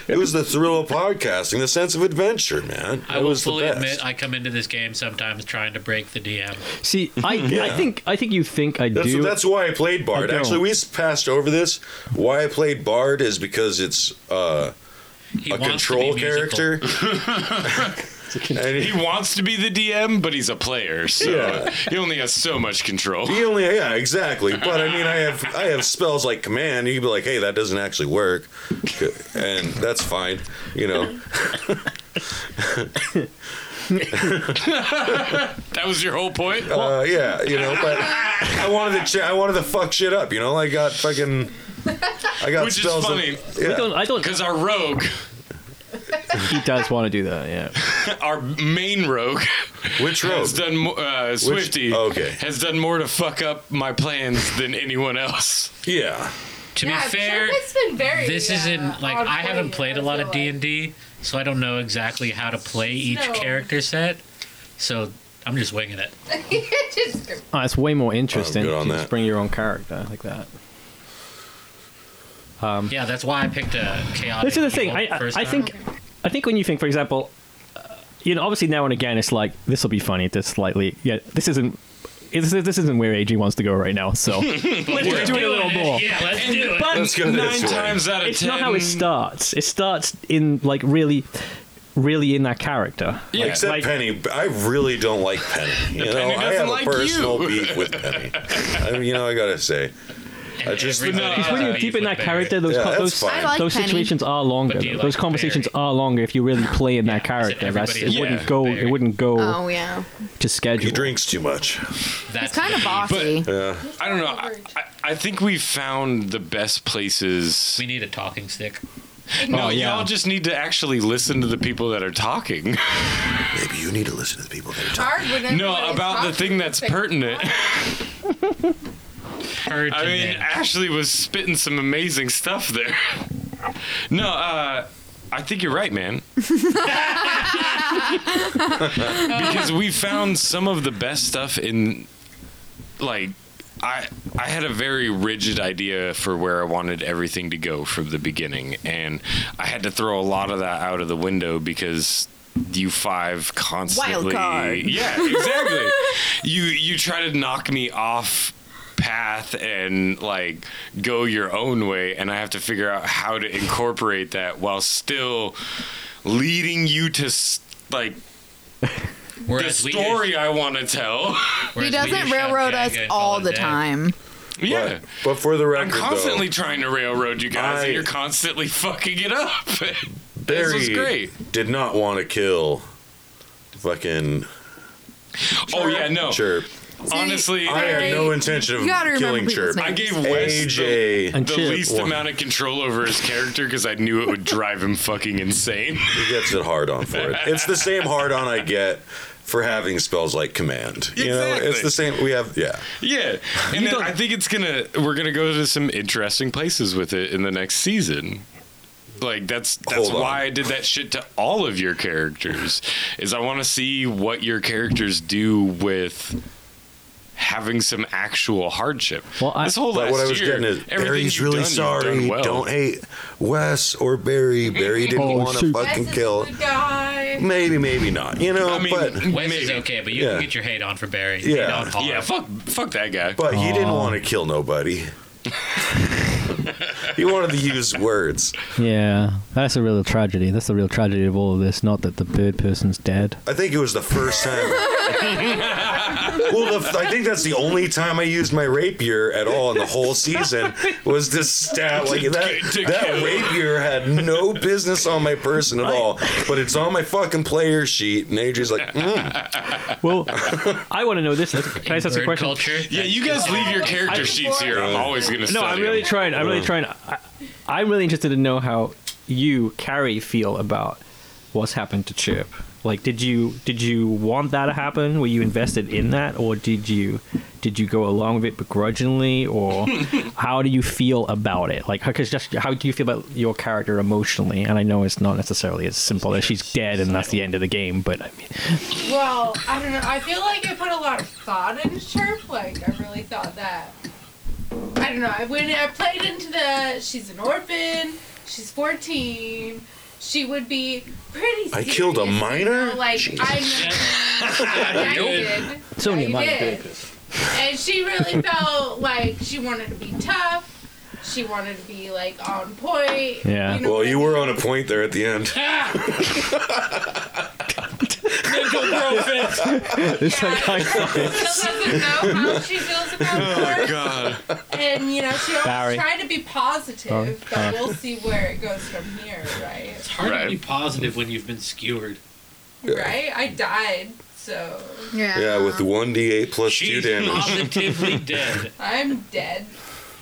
It was the thrill of podcasting, the sense of adventure, man. I It will was the fully best. admit I come into this game sometimes trying to break the DM. See, I, I think I think you think I That's, do. that's why I played Bard. I don't. Actually, we s- passed over this. Why I played Bard is because it's uh, He a wants to control be musical. character. and He wants to be the DM, but he's a player, so Yeah. he only has so much control. he only, yeah, exactly. But I mean, I have I have spells like command. You'd be like, hey, that doesn't actually work, and that's fine, you know. That was your whole point. Uh, yeah, you know. But I wanted to, ch- I wanted to fuck shit up, you know. I got fucking, I got Which is spells. funny. That, I yeah. don't. I don't. Because our rogue, He does want to do that. Yeah. our main rogue, Which rogue? has done mo- uh, Swifty okay. has done more to fuck up my plans than anyone else. Yeah. To Yeah, be fair, Chuck has been very. this uh, isn't like on I haven't point, played a I lot feel of D like. and D, so I don't know exactly how to play each No. character set. So I'm just winging it. Just- Ah, Oh, it's way more interesting good to on just that. bring your own character like that. Um, Yeah, that's why I picked a chaotic. this is the thing. evil I, I, first I time. think I think when you think, for example, uh, you know, obviously now and again, it's like this will be funny. This slightly, yeah, this isn't. This, this isn't where AG wants to go right now. So But let's we're just do it a doing little it. more. Yeah, let's do it. But Let's go nine this way. times out of it's not how ten. it starts. It starts in like really, really in that character. Yeah, Except Penny, I really don't like Penny. You know, Penny I doesn't have like a personal you. beef with Penny. I mean, you know, I gotta say, I It's just when uh, you're deep in that character, those Yeah, co- that's those, fine. I like those Penny. situations are longer. do you Those like conversations are longer if you really play in that character. That's, it everybody likes wouldn't go. It wouldn't go Oh yeah. to schedule. He drinks too much. It's kind of bossy. But uh, I don't know. I, I, I think we found the best places. We need a talking stick. No, Oh, yeah. y'all just need to actually listen to the people that are talking. Maybe you need to listen to the people that are Hard when No, everybody's about the thing that's pertinent. I mean, Ashley was spitting some amazing stuff there. No, uh, I think you're right, man. because we found some of the best stuff in like I I had a very rigid idea for where I wanted everything to go from the beginning and I had to throw a lot of that out of the window because you five constantly card. Yeah, exactly. you you try to knock me off path and like go your own way and I have to figure out how to incorporate that while still leading you to s- like the story I want to tell. he doesn't railroad us all the time. Yeah. But for the record, I'm though, constantly trying to railroad you guys, I- and you're constantly fucking it up. Barry this was great. did not want to kill fucking. Oh yeah, no. Chirp. Honestly, I had no intention of You gotta remember killing people's Chirp. names. I gave Wes the- AJ the least amount of control over his character because I knew it would drive him fucking insane. He gets it hard on for it. It's the same hard on I get for having spells like command. You know, it's Exactly. the same. We have yeah. Yeah, and then I think it's gonna we're gonna go to some interesting places with it in the next season. Like that's that's Hold on. why I did that shit to all of your characters. Is I want to see what your characters do with having some actual hardship. Well, I- this whole but last what I was year, getting is everything Barry's you've really done, you've done sorry. well. Don't hate Wes or Barry. Barry didn't Oh, want to shoot. fucking kill. guy. Maybe, maybe not. You know, I mean, but Wes is okay, but you Yeah. can get your hate on for Barry. Hate on yeah, Paul. fuck, fuck that guy. But he didn't want to kill nobody. he wanted to use words. Yeah, that's a real tragedy. That's the real tragedy of all of this. Not that the bird person's dead. I think it was the first time. well, the, I think that's the only time I used my rapier at all in the whole season was to stab like that. That rapier had no business on my person at all, but it's on my fucking player sheet, and AJ's like, mm. well, I want to know this. Can I just ask a question? Yeah, you guys leave your character I- sheets here. I'm always gonna. No, I'm study really them. trying. I'm really trying. I, I'm really interested to know how you, Carrie, feel about what's happened to Chirp. Like, did you did you want that to happen? Were you invested in that, or did you did you go along with it begrudgingly, or how do you feel about it? Like, because just how do you feel about your character emotionally? And I know it's not necessarily as simple as she's dead and that's the end of the game, but I mean, Well, I don't know. I feel like I put a lot of thought into Chirp. Like, I really thought that. I don't know. I went. I played into the. She's an orphan. She's 14. She would be pretty. I serious, killed a you minor? know, Like I. I did. it's only I my did. And she really felt like she wanted to be tough. She wanted to be like on point. Yeah. You know, Well, you were on a point there at the end. it's like I doesn't know how she feels about work. God. And you know, she always Barry. tried to be positive, Sorry. but Uh. we'll see where it goes from here, right? It's hard to be positive when you've been skewered. Right? I died, so Yeah, with one d8 plus two damage. positively dead. I'm dead.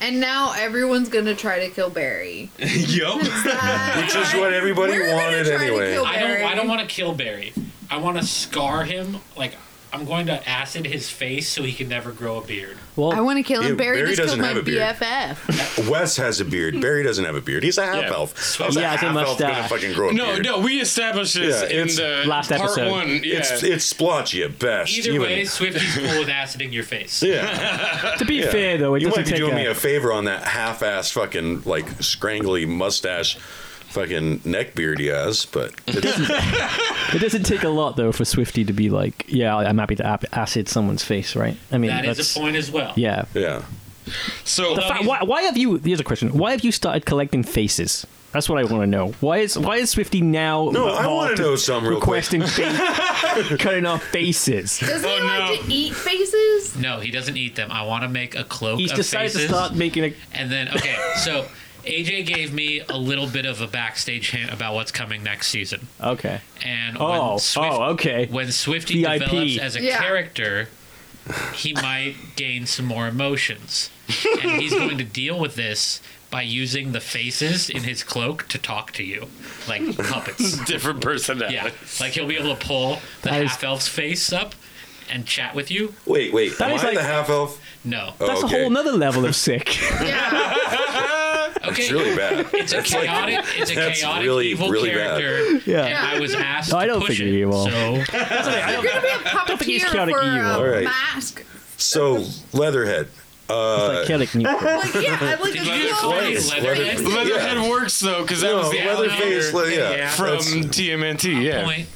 And now everyone's gonna try to kill Barry. Uh, Yup. Which is what everybody wanted anyway. I don't. I don't want to kill Barry. I want to scar him. Like I'm going to acid his face so he can never grow a beard. Well, I want to kill him. Ew, Barry, Barry just doesn't killed my have a beard. BFF. Wes has a beard. Barry doesn't have a beard. He's a half Yeah. elf. How's Yeah, a it's a half elf gonna mustache. fucking grow a No, beard? no, we established this in it's- the part one, yeah. It's it's splotchy at best. Either Even- way, Swifty's cool with aciding your face. Yeah. To be Yeah. fair, though, it you doesn't might be take doing me a- a favor on that half-ass fucking like scrangly mustache, fucking neck beard he has. But it's, It doesn't take a lot though for Swifty to be like, yeah, I'm happy to ap- acid someone's face, right? I mean, That is a that's- point as well. Yeah, yeah. So the fa- why, why have you? Here's a question: Why have you started collecting faces? That's what I want to know. Why is why is Swifty now? No, I wanna know some real quick. requesting fa- cutting off faces. Does Oh, he like to eat faces? No, he doesn't eat them. I want to make a cloak. He's of decided faces. to start making a. And then, okay, so AJ gave me a little bit of a backstage hint about what's coming next season. Okay. And Oh, when Swift, oh, okay. When Swifty VIP. develops as a Yeah. character, he might gain some more emotions, and he's going to deal with this by using the faces in his cloak to talk to you, like puppets. Different personality. Yeah, like he'll be able to pull the That is- half elf's face up and chat with you. Wait, wait. That am is I like- the half elf? No. Oh, That's a whole nother level of sick. Okay. It's really bad. It's a That's like- chaotic. it's a that's chaotic really, evil really bad. character. Yeah. And I was asked. No, I to don't push think it, you're evil. So You're gonna be a he's puppeteer for chaotic evil. a All right. mask. So Leatherhead. Uh, It's like Kellic Newport. Like, yeah, I like a Leatherface. little- Leatherhead, works though, because that No, was the Leatherface, alligator le- yeah, from that's- TMNT. Yeah. point.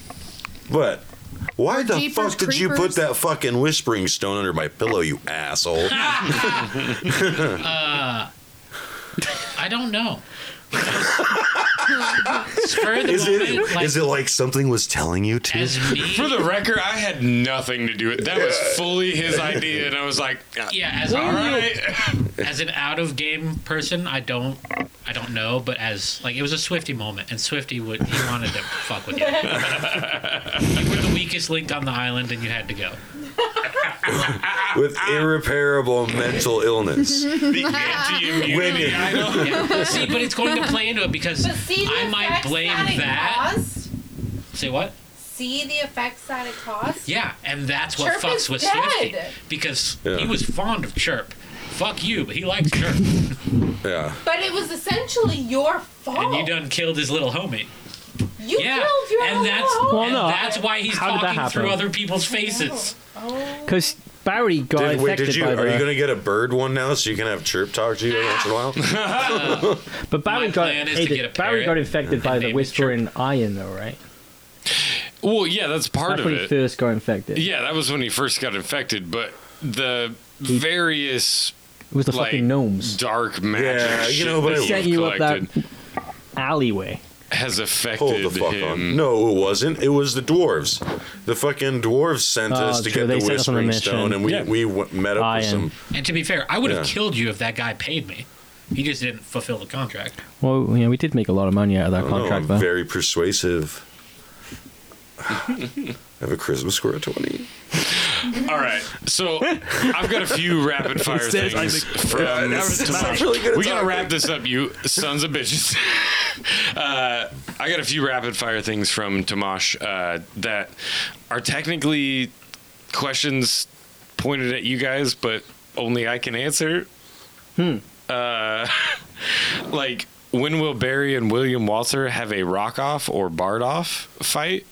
But why the Jeepers fuck did you put creepers. that fucking whispering stone under my pillow, you asshole? Uh, I don't know. Spur of the is moment, it like, is it like something was telling you to? as me, For the record, I had nothing to do with it. That was fully his idea, and I was like, "Uh, yeah, as, all right. as an out of game person, I don't, I don't know. But as like, it was a Swifty moment, and Swifty would he wanted to fuck with you. you were the weakest link on the island, and you had to go. Uh, With irreparable mental illness. Women. Yeah. See, but it's going to play into it because But see the I might effects blame that it that. caused? Say what? See the effects that it caused? Yeah, and that's what Chirp fucks is with dead. Swifty because Yeah. he was fond of Chirp. Fuck you, but he likes Chirp, Yeah. But it was essentially your fault. and you done killed his little homie. You yeah, killed your and own that's home. and no, that's why he's how did that talking through happen? other people's faces. Because Barry got Did, infected wait, did you? by Are the. you gonna get a bird one now so you can have chirp talk to you every once in a while? But Barry My got plan is hey, to did- get a Barry parrot got infected by and the name it whispering iron, though, right? Well, yeah, that's part That's of when he it. first got infected. Yeah, that was when he first got infected, but the various It was the like, fucking gnomes. dark magic Yeah, you shit know, but that it- you've Sent you up that collected alleyway. has Hold affected the fuck him. on. No, it wasn't. It was the dwarves. The fucking dwarves sent Oh, us to true. get They the sent us on a whispering mission. stone, and we Yeah. we went, met up Iron. with some. And to be fair, I would have Yeah. killed you if that guy paid me. He just didn't fulfill the contract. Well, yeah, we did make a lot of money out of that I don't know, contract, I'm though. very persuasive. I have a charisma score of twenty. All right, so I've got a few rapid fire It says, things I think- from Yeah, that was- tomorrow. that's really good We gotta timing. wrap this up, you sons of bitches. uh, I got a few rapid fire things from Tomash uh, that are technically questions pointed at you guys, but only I can answer. Hmm. Uh, like, when will Barry and William Walter have a rock off or bard off fight?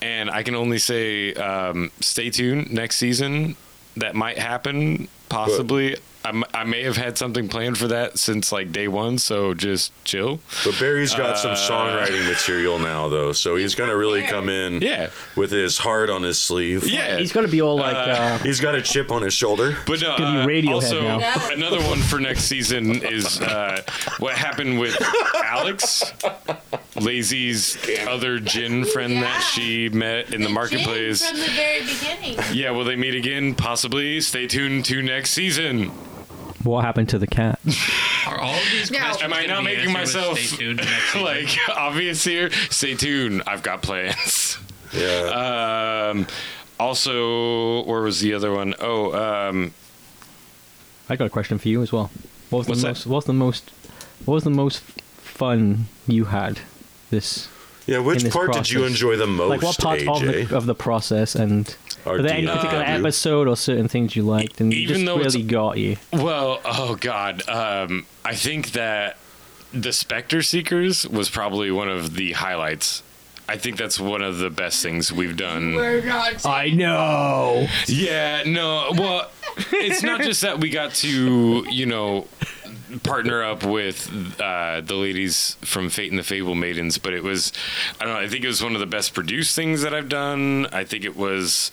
And I can only say, um, stay tuned next season. That might happen, possibly. I'm, I may have had something planned for that since like day one, so just chill. But Barry's got some songwriting material now, though, so he's gonna really come in Uh, Yeah. with his heart on his sleeve. Yeah. He's going to be all like, uh, He's got a chip on his shoulder. But no, gonna be uh, Radiohead also now. No. another one for next season is uh, what happened with Alex, Lazy's other gin friend that she met in the, Jane marketplace. From the very beginning. yeah, will they meet again? Possibly. Stay tuned to next season. what happened to the cat? Are all of these No. questions? Am I gonna not be making answered with myself, Stay tuned next season? like obvious here? Stay tuned. I've got plans. Yeah. Um, also, where was the other one? Oh, um, I got a question for you as well. What was What's the that? most? What's the most? What was the most fun you had this Yeah, which in this part did you process. enjoy the Like what most, part of AJ? the of the process, and Or were there do any you- particular Uh, episode or certain things you liked, and even just though it's- really got you? Well, oh god, um, I think that the Spectre Seekers was probably one of the highlights. I think that's one of the best things we've done. We're not. I know. Yeah, no. Well, it's not just that we got to, you know, partner up with uh, the ladies from Fate and the Fable Maidens, but it was, I don't know, I think it was one of the best produced things that I've done. I think it was.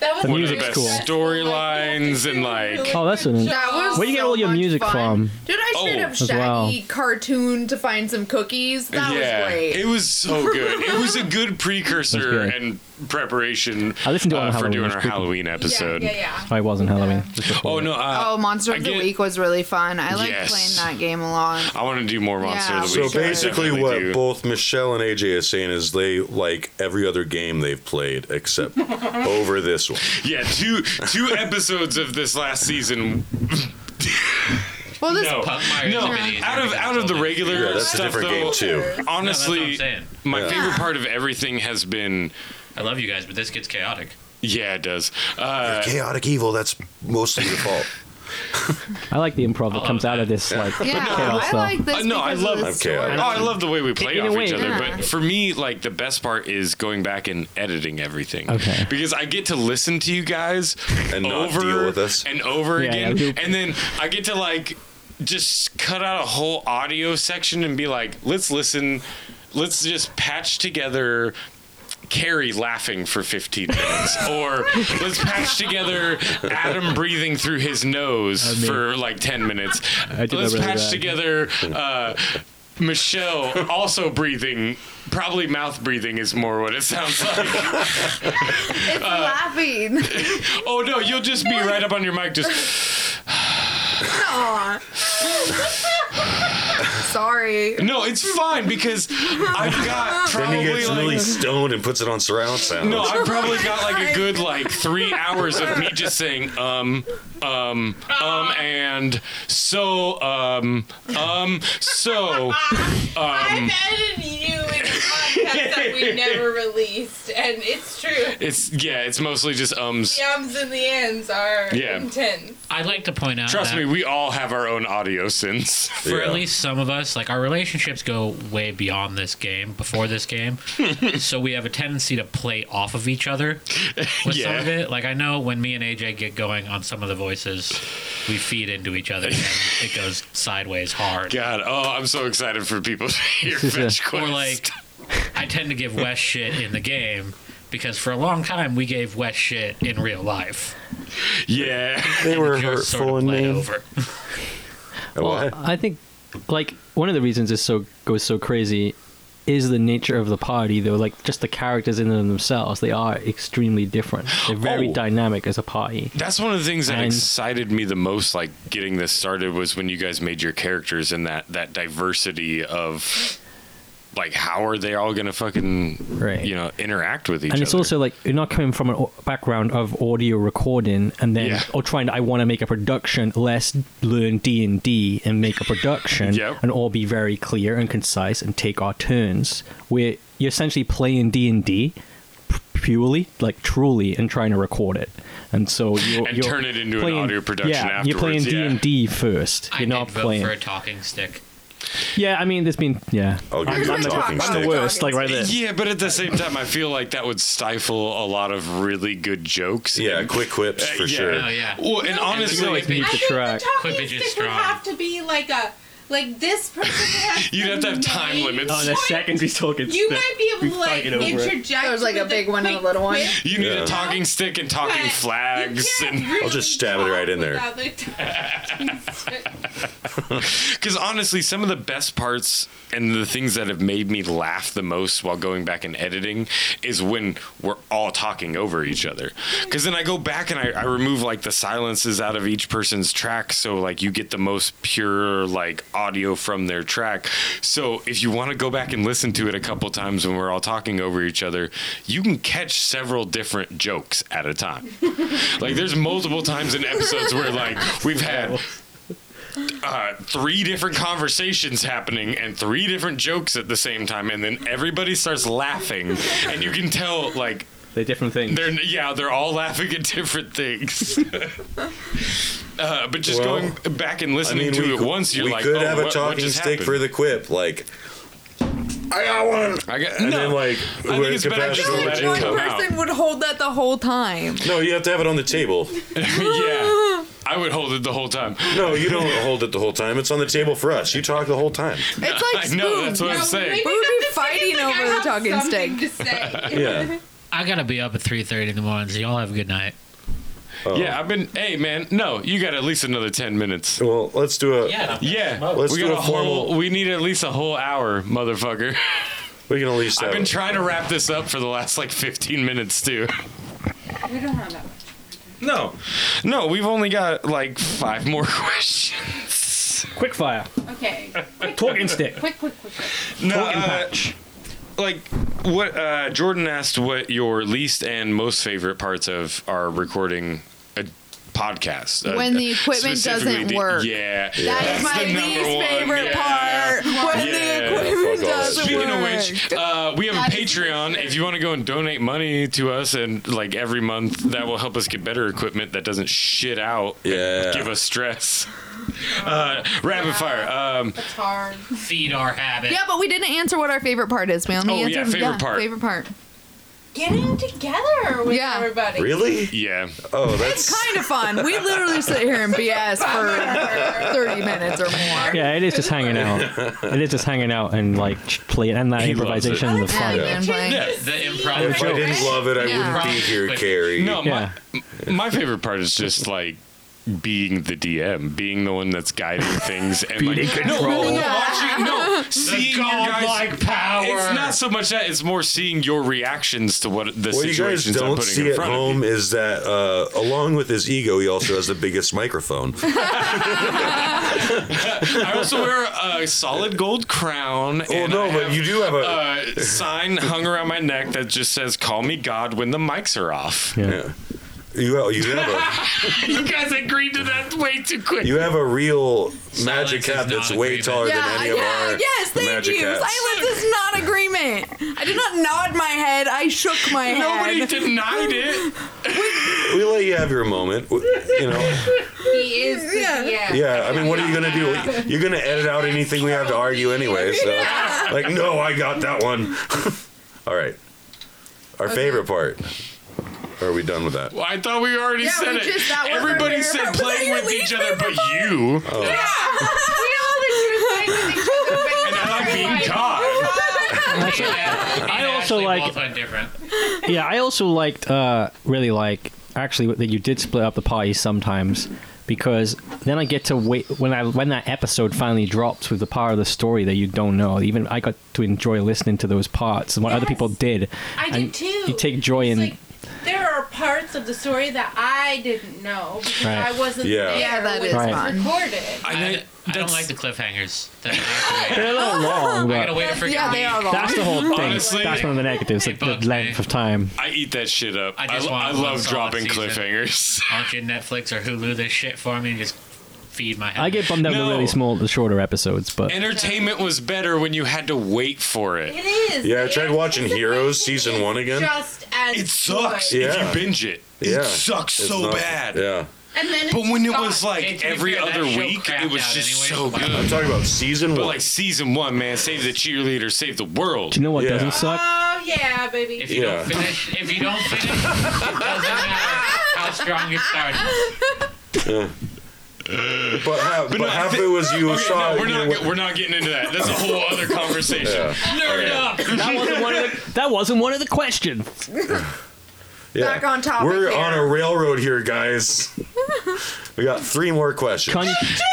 That was one of the really best cool. storylines and like Oh, that's an. That was Where do you get all your music from? Dude, I straight Oh, up as shaggy well. cartoon to find some cookies. That was great. It was so good. It was a good precursor and preparation I listened to it on uh, for Halloween, doing it's our creepy. Halloween episode. yeah, yeah. Oh, it wasn't Halloween. Oh no! Uh, oh, Monster of the Week was really fun. I like Yes. playing that game a lot. I want to do more Monster of the So Week. I basically, definitely what do. both Michelle and AJ are saying is they like every other game they've played except over this one. Yeah, two two episodes of this last season. Well, this no, no. Out of out of the regular Yeah, that's a stuff, different game, though, too. No, that's what Honestly, I'm saying. my Yeah. favorite part of everything has been. I love you guys, but this gets chaotic. Yeah, it does. Uh, chaotic evil. That's mostly your fault. I like the improv that comes out of this like chaos stuff. Uh, no, I love Okay, Oh, I- I love the way we play In a off way, each other. yeah. But for me, like the best part is going back and editing everything. Okay. Because I get to listen to you guys And not over deal with us. and over Yeah, again, yeah, we do. and then I get to like just cut out a whole audio section and be like, let's listen, let's just patch together. Carrie laughing for 15 minutes, or let's patch together Adam breathing through his nose I mean- for like 10 minutes. I did Let's that really patch bad. together uh, Michelle also breathing. Probably mouth breathing is more what it sounds like. It's laughing. oh no, you'll just be right up on your mic. Just Aw. Sorry. no, it's fine because I've got Then probably he gets like really stoned and puts it on surround sound. no, I've probably got like a good like three hours of me just saying um um Ah. um and so um um so um. I've edited you in a podcast that we never released, and it's true. It's yeah, it's mostly just ums. The ums and the ends are Yeah. intense. I'd like to point out. Trust that me, we all have our own audio sins. for at least some of us, like our relationships go way beyond this game, before this game. so we have a tendency to play off of each other with some Yeah. of it. Like I know when me and AJ get going on some of the voices, we feed into each other and it goes sideways hard. God, oh, I'm so excited for people to hear Fetch Quest. Or like I tend to give Wes shit in the game because for a long time we gave Wes shit in real life. Yeah. They were sort of hurtful played and over. uh, What? I think like one of the reasons this so goes so crazy is the nature of the party though like just the characters in and of themselves they are extremely different they're very Oh. dynamic as a party That's one of the things that And- excited me the most, like getting this started, was when you guys made your characters and that that diversity of, like, how are they all gonna fucking, Right. you know, interact with each and other? it's also like you're not coming from a background of audio recording and then Yeah. or trying to i want to make a production let's learn d&d and make a production and all be very clear and concise and take our turns where you're essentially playing d&d p- purely like truly and trying to record it and so you're, And you're turn it into an playing, audio production yeah, you're playing afterwards, yeah. d&d first you're I not did vote playing for a talking stick. yeah i mean there's been yeah I'll give I'm, you I'm a the, talking I'm the stick. worst like right there yeah, but at the same time, I feel like that would stifle a lot of really good jokes. Yeah, quick quips Uh, for yeah. sure. Oh, yeah. Well, and honestly, I think the Quick talking bitch is stick would strong. have to be like a like this person. would have You'd have to have time limits. on a Oh, second he's talking you stick, might be able we to like fight it over it. interject. There's like a big one and a little one. You need Yeah. a talking stick and talking flags. And I'll just stab it right in there. Because honestly, some of the best parts and the things that have made me laugh the most while going back and editing is when we're all talking over each other. Because then I go back and I, I remove like the silences out of each person's track. So like you get the most pure like audio from their track. So if you want to go back and listen to it a couple times when we're all talking over each other, you can catch several different jokes at a time. like there's multiple times in episodes where like we've had uh, three different conversations happening and three different jokes at the same time, and then everybody starts laughing, and you can tell like they're different things. They're yeah, they're all laughing at different things. uh, but just Well, going back and listening I mean, to we it cou- once, you're we like, could oh, have what, a what talking just stick for happened? the quip, like. I got one. I got, and no. then like I think it's better just compassionate- let it One person would hold that the whole time. No, you have to have it on the table. yeah, I would hold it the whole time. No, you don't hold it the whole time. It's on the table for us. You talk the whole time. It's like I know, spoon. that's what I'm saying. We would be fighting over the talking something stick. Yeah. I gotta be up at three thirty in the morning. So y'all have a good night. Oh. Yeah, I've been. Hey, man, no, you got at least another ten minutes. Well, let's do a. Yeah. Yeah, Let's we do got a whole- formal- We need at least a whole hour, motherfucker. We can at least. I've have- been trying to wrap this up for the last like fifteen minutes too. We don't have that. No, no, we've only got like five more questions. Quick fire. Okay. Talking stick. Quick, quick, quick. quick. No, uh, like what uh, Jordan asked, what your least and most favorite parts of our recording a podcast uh, When the equipment specifically doesn't the- work. Yeah, That is That's my the number least one, favorite yeah. part. When Yeah. the equipment doesn't Speaking work. of which, uh, we have a Patreon. If you want to go and donate money to us, and like every month, that will help us get better equipment that doesn't shit out. Yeah. And give us stress. Uh, rapid fire. Um, It's hard. Feed our habit. yeah, but we didn't answer what our favorite part is. We only Oh, yeah, answered favorite part. Favorite part. Getting together with Yeah. everybody. Really? Yeah. Oh, It's that's. kind of fun. We literally sit here and BS for 30 minutes or more. Yeah, it is just hanging out. It is just hanging out and like ch- play and that improvisation and the fun. Yeah. Yeah. The improv. If I didn't love it, I Yeah. wouldn't be here, Carrie. No, my, my favorite part is just like being the DM, being the one that's guiding things and Being like in No, control. watching, no, seeing your guys. godlike power. It's not so much that; it's more seeing your reactions to what the What you guys situations I'm don't putting see in at front of you. home is that, uh, along with his ego, he also has the biggest microphone. I also wear a solid gold crown. Oh and no, I but have you do have a. a Uh, sign hung around my neck that just says "Call me God" when the mics are off. yeah. You you have you guys agreed to that way too a quick. you have a real magic is hat that's not way agreement. taller Yeah, than any of yeah, our yes, thank magic you. hats. Silence is not agreement. I did not nod my head. I shook my Nobody head. denied it. We let you have your moment. w- You know. He is. Yeah. yeah. Yeah. I mean, what are you gonna do? You're gonna edit out anything we have to argue anyway. So, like, no, I got that one. All right. Our favorite part. Or are we done with that? Well, I thought we already Yeah, said we it. just- that was our Everybody favorite said part. Was that playing your with least each other, but you. And I like being God. I also like- different. yeah, I also liked, uh, really like, actually that you did split up the parties sometimes because then I get to wait when I when that episode finally drops with the part of the story that you don't know. Even I got to enjoy listening to those parts and what other people did. I And did too. You take joy It's in. like, there are parts of the story that I didn't know because Right. I wasn't Yeah. there Yeah, that when is it was fun. recorded. I, I, know- I don't that's- like the cliffhangers. That I have to They're wait. a Oh, little long, I gotta but wait for Yeah, they are long. that's the whole thing. Honestly, that's one of the negatives, it like the bugs me. length of time. I eat that shit up. I I, just I, want one love solid dropping season. cliffhangers. Aren't you Netflix or Hulu this shit for me and just feed my head? I get bummed out No. with really small, the shorter episodes, but Entertainment was better when you had to wait for it. It is. Yeah, I The tried watching anticipation Heroes season one again. Just as It sucks good. Yeah. if you binge it. Yeah. It sucks It's so not- bad. Yeah. And then But when it gone. was Hey, like to be every fair, that other show week, it crapped was out just anyway, so so why good. I'm talking about season But one. like season one, man, save the cheerleader, save the world. do you know what Yeah. doesn't Ah, suck? Oh yeah, baby. If you Yeah. don't finish, if you don't finish, it doesn't matter how strong you started. but half, but no, I half thi- it was you Okay, saw. no, we're you not. know, get- We're not getting into that. That's a whole other conversation. Nerd up. That wasn't one of the, that wasn't one of the questions. yeah. Back on topic We're here. on a railroad here, guys. we got three more questions. Con-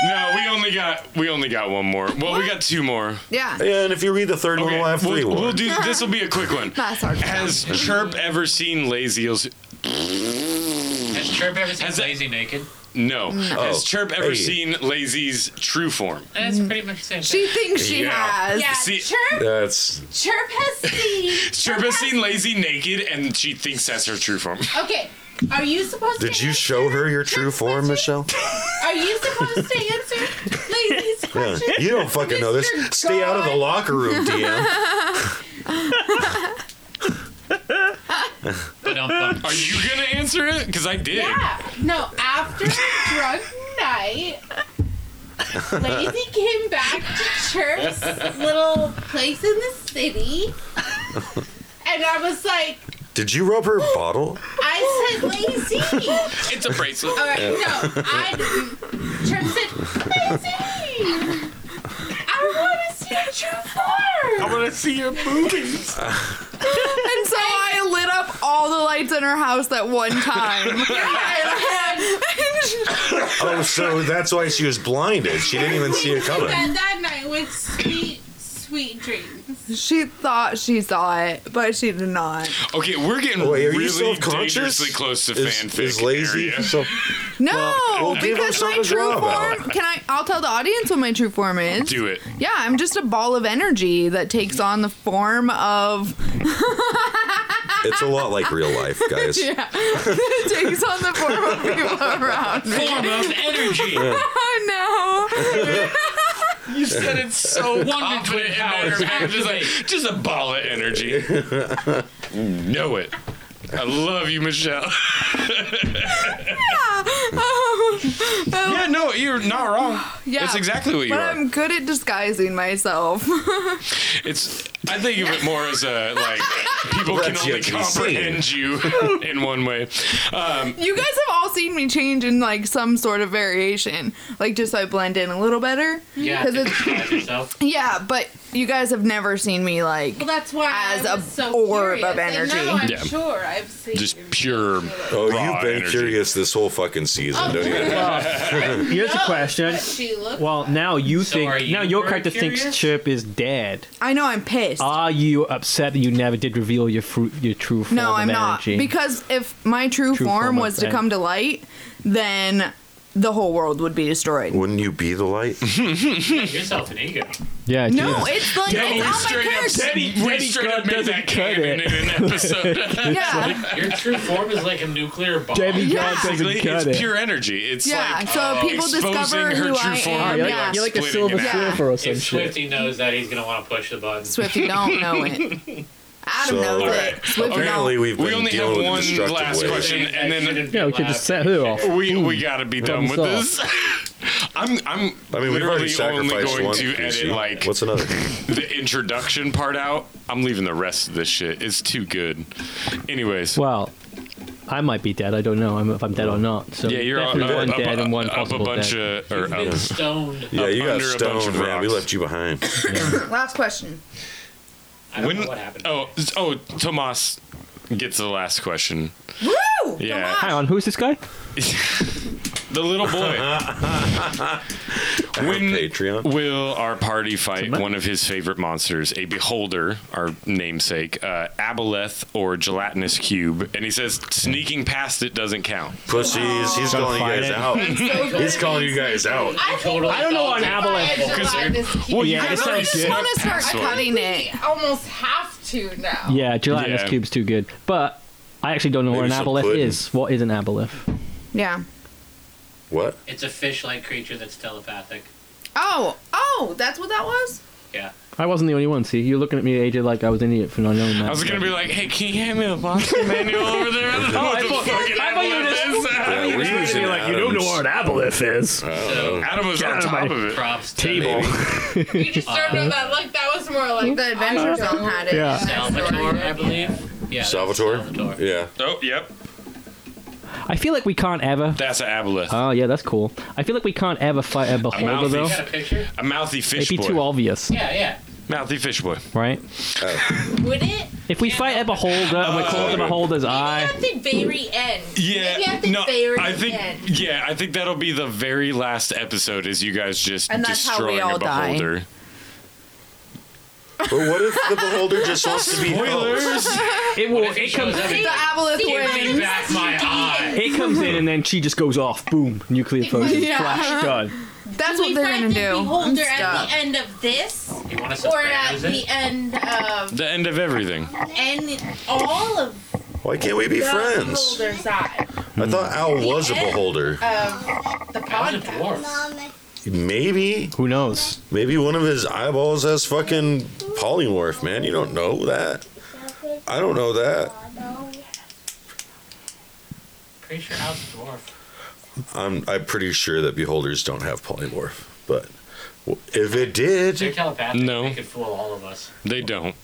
No, we only got we only got one more. Well, we got two more. Yeah. and if you read the third one, Okay, we'll have 3 we'll, more. we'll do. This will be a quick one. That's our Has Chirp ever seen Lazy Eels? Has Chirp ever seen Lazy Naked? Mm. No. Oh, Has Chirp ever hey. seen Lazy's true form? That's pretty much the same thing. She thinks she Yeah. has. Yeah, See- chirp, That's chirp has seen. Chirp has seen Lazy naked, and she thinks that's her true form. Okay, are you supposed to? Did you show her your true form, Michelle? Are you supposed to answer? Yeah. You don't fucking know this. Stay out of the locker room, DM. Are you gonna answer it? Because I did. Yeah. No, after drunk night, Lazy came back to Chirp's little place in the city, and I was like, Did you rub her bottle? I said, Lazy. It's a bracelet. All right, no, I didn't. Chirp said, Lazy. I want to see your true form. I want to see your boobies. and so I lit up all the lights in her house that one time. And I had- Oh, so that's why she was blinded. She didn't even see it And coming. that night was sweet, sweet dreams. she thought she saw it, but she did not. Okay, we're getting Wait, are you really self-conscious? dangerously close to Is- fanfic is lazy? area. So- No, well, give because her my something to true draw about. form. Can I? I'll tell the audience what my true form is. Do it. Yeah, I'm just a ball of energy that takes on the form of It's a lot like real life, guys. yeah, it takes on the form of people around me. Form of energy. oh You said it so Wonder confident Twin in that powers manner. just, like, just a ball of energy. know it. I love you, Michelle. no. Um, yeah, no, you're not wrong. Yeah, That's exactly what you but are. I'm good at disguising myself. It's. I think of it more as a like people That's can only yet to be comprehend you in one way. Um, you guys have all seen me change in like some sort of variation, like just so I blend in a little better. Yeah. because it's By yourself. Yeah, but you guys have never seen me like Well, that's why as I a was so orb curious. of energy. And now I'm Yeah. sure I've seen. just pure. Oh, raw you've been energy. curious this whole fucking season, don't you? Here's a question. She looked. Well, now you So are think you now your very character thinks curious? Chirp is dead. I know I'm pissed. Are you upset that you never did reveal your fruit, your true form no, of I'm not energy? because if my true, True form, form of was to en- come to light, then the whole world would be destroyed. Wouldn't you be the light? yourself an ego. yeah, No, it's like Daddy, it's we on my straight up, character. Daddy, we Daddy straight God up made doesn't that cut canon it. in an episode. Yeah, Your true form is like a nuclear bomb. Debbie Yeah. God doesn't Basically, cut it's it. pure energy. It's yeah. like oh, so uh, people exposing discover her who true I form. am. You're like- yeah. Ah, you're like a Splitting silver it out. surfer or some If shit. Swifty knows that, he's gonna want to push the button. Swifty don't know it. Adam So- knows it. Alright. Swifty Apparently, don't. we've been We only dealing have with one destructive last waves. question, and then Yeah, we could just set her off. we we gotta be done with Thumbs this. I'm I'm I mean, we've already literally only sacrificed going one. to PC. edit like What's another? the introduction part out. I'm leaving the rest of this shit. It's too good. Anyways, Well, I might be dead. I don't know I'm- if I'm dead or not. So yeah, you're definitely up, one up, dead up, and one up a possible bunch dead. of or up. Been stoned. Yeah, you got under a bunch stoned, of man. We rocks. left you behind. Last question. I don't know what happened. Oh, s- oh, Tomas gets the last question. Woo! Yeah. Hang on, who's this guy? The little boy. when Patreon. will our party fight one of his favorite monsters, a beholder, our namesake, uh, aboleth or gelatinous cube? And he says sneaking past it doesn't count. Pussies. He's calling you fight guys it. out. He's calling you guys out. I Totally I don't know thought on that Avalon. I Because lied this well, Oh, Yeah, you it guys sounds already good. snuck I wanna start past one. cutting it. almost have to now. Yeah, gelatinous Yeah. cube's too good. But I actually don't know Maybe what an some aboleth pudding. is. What is an aboleth? Yeah. What? It's a fish-like creature that's telepathic. Oh, oh, that's what that was. Yeah. I wasn't the only one. See, you're looking at me, AJ, like I was an idiot for not knowing that. I was gonna be like, "Hey, can you hand me the monster manual over there?" I don't Oh, know what the fucking aboleth is. Yeah, we're using Adam's- aboleth is. So Adam was on out of top my of it. props to Table. You just started on that like that was more like The Adventure Zone had it. Yeah. Salvatore, I believe. Yeah. Salvatore? Salvatore. Yeah. Oh, yep, I feel like we can't ever. that's an aboleth. Oh yeah, that's cool. I feel like we can't ever fight a beholder mouthy though. You got a picture? a mouthy fish It'd be boy. too obvious, Yeah, yeah. Mouthy fish boy. right? would it? If we fight a beholder and we call it the beholder's eye, Maybe at the very end. Yeah, Maybe at the no, very I think end. yeah, I think that'll be the very last episode. Is you guys just And that's how we destroying all a die. beholder? But what if the beholder just wants to be held? it What will. if he It comes. shows up and The Aboleth gives wins. me back my eye? It comes in and then she just goes off. Boom! Nuclear fusion. Yeah. Flash done. That's Do what we they're find gonna the do. I'm Beholder at stuck. the end of this, You want to or uh, at the it? end of The end of everything. and all of Why can't we be the friends? Beholder's eye I thought Al was a beholder. of the That was a podcast. dwarf. Maybe. Who knows? Maybe one of his eyeballs has fucking polymorph, man. You don't know that. I don't know that. Pretty sure Al's a dwarf. I'm I'm pretty sure that beholders don't have polymorph, but w- if it did, They're telepathic. No. They could fool all of us. they don't.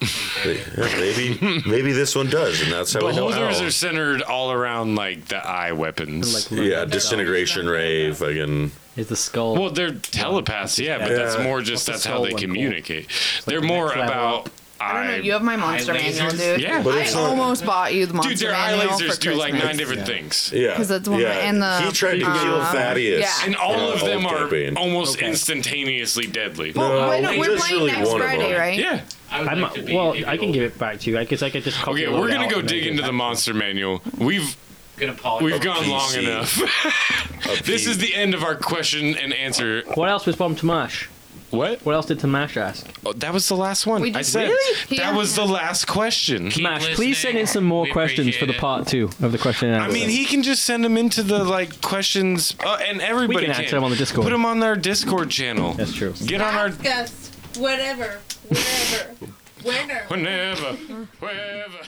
maybe maybe this one does, and that's how we know. Beholders Al. are centered all around like the eye weapons. yeah, disintegration ray, fucking. Is the skull? Well, they're telepaths, yeah, but that's Yeah. more just that's What's the how skull they one communicate. They're more next level about I eye. don't know, you have my monster manual, dude. Yeah, I almost bought you the monster Dude, their eye manual. lasers for do like Christmas. nine different things. Yeah, 'Cause that's one Yeah. and the- he tried to kill um, Thaddeus, yeah. and all uh, of them Old are Deadbean. almost instantaneously deadly. No, wait, no, he we're just playing really next one of Friday, them. right? Yeah. I I'm not, well, I can give it back to you because I could just. copy Okay, a load we're gonna out go and then dig give into it the back. monster manual. We've Gonna poly- we've a gone long PC. enough. this is the end of our question and answer. What else was Bomb Tamash? What? What else did Tamash ask? Oh, that was the last one. We I just- said Really? that was the last question. Tamash, please send in some more questions for the part two of the question and I answer. mean, he can just send them into the like questions, uh, and everybody can answer them on the Discord. Put them on our Discord channel. That's true. Get on our Ask us whatever, wherever, whenever. whenever, wherever.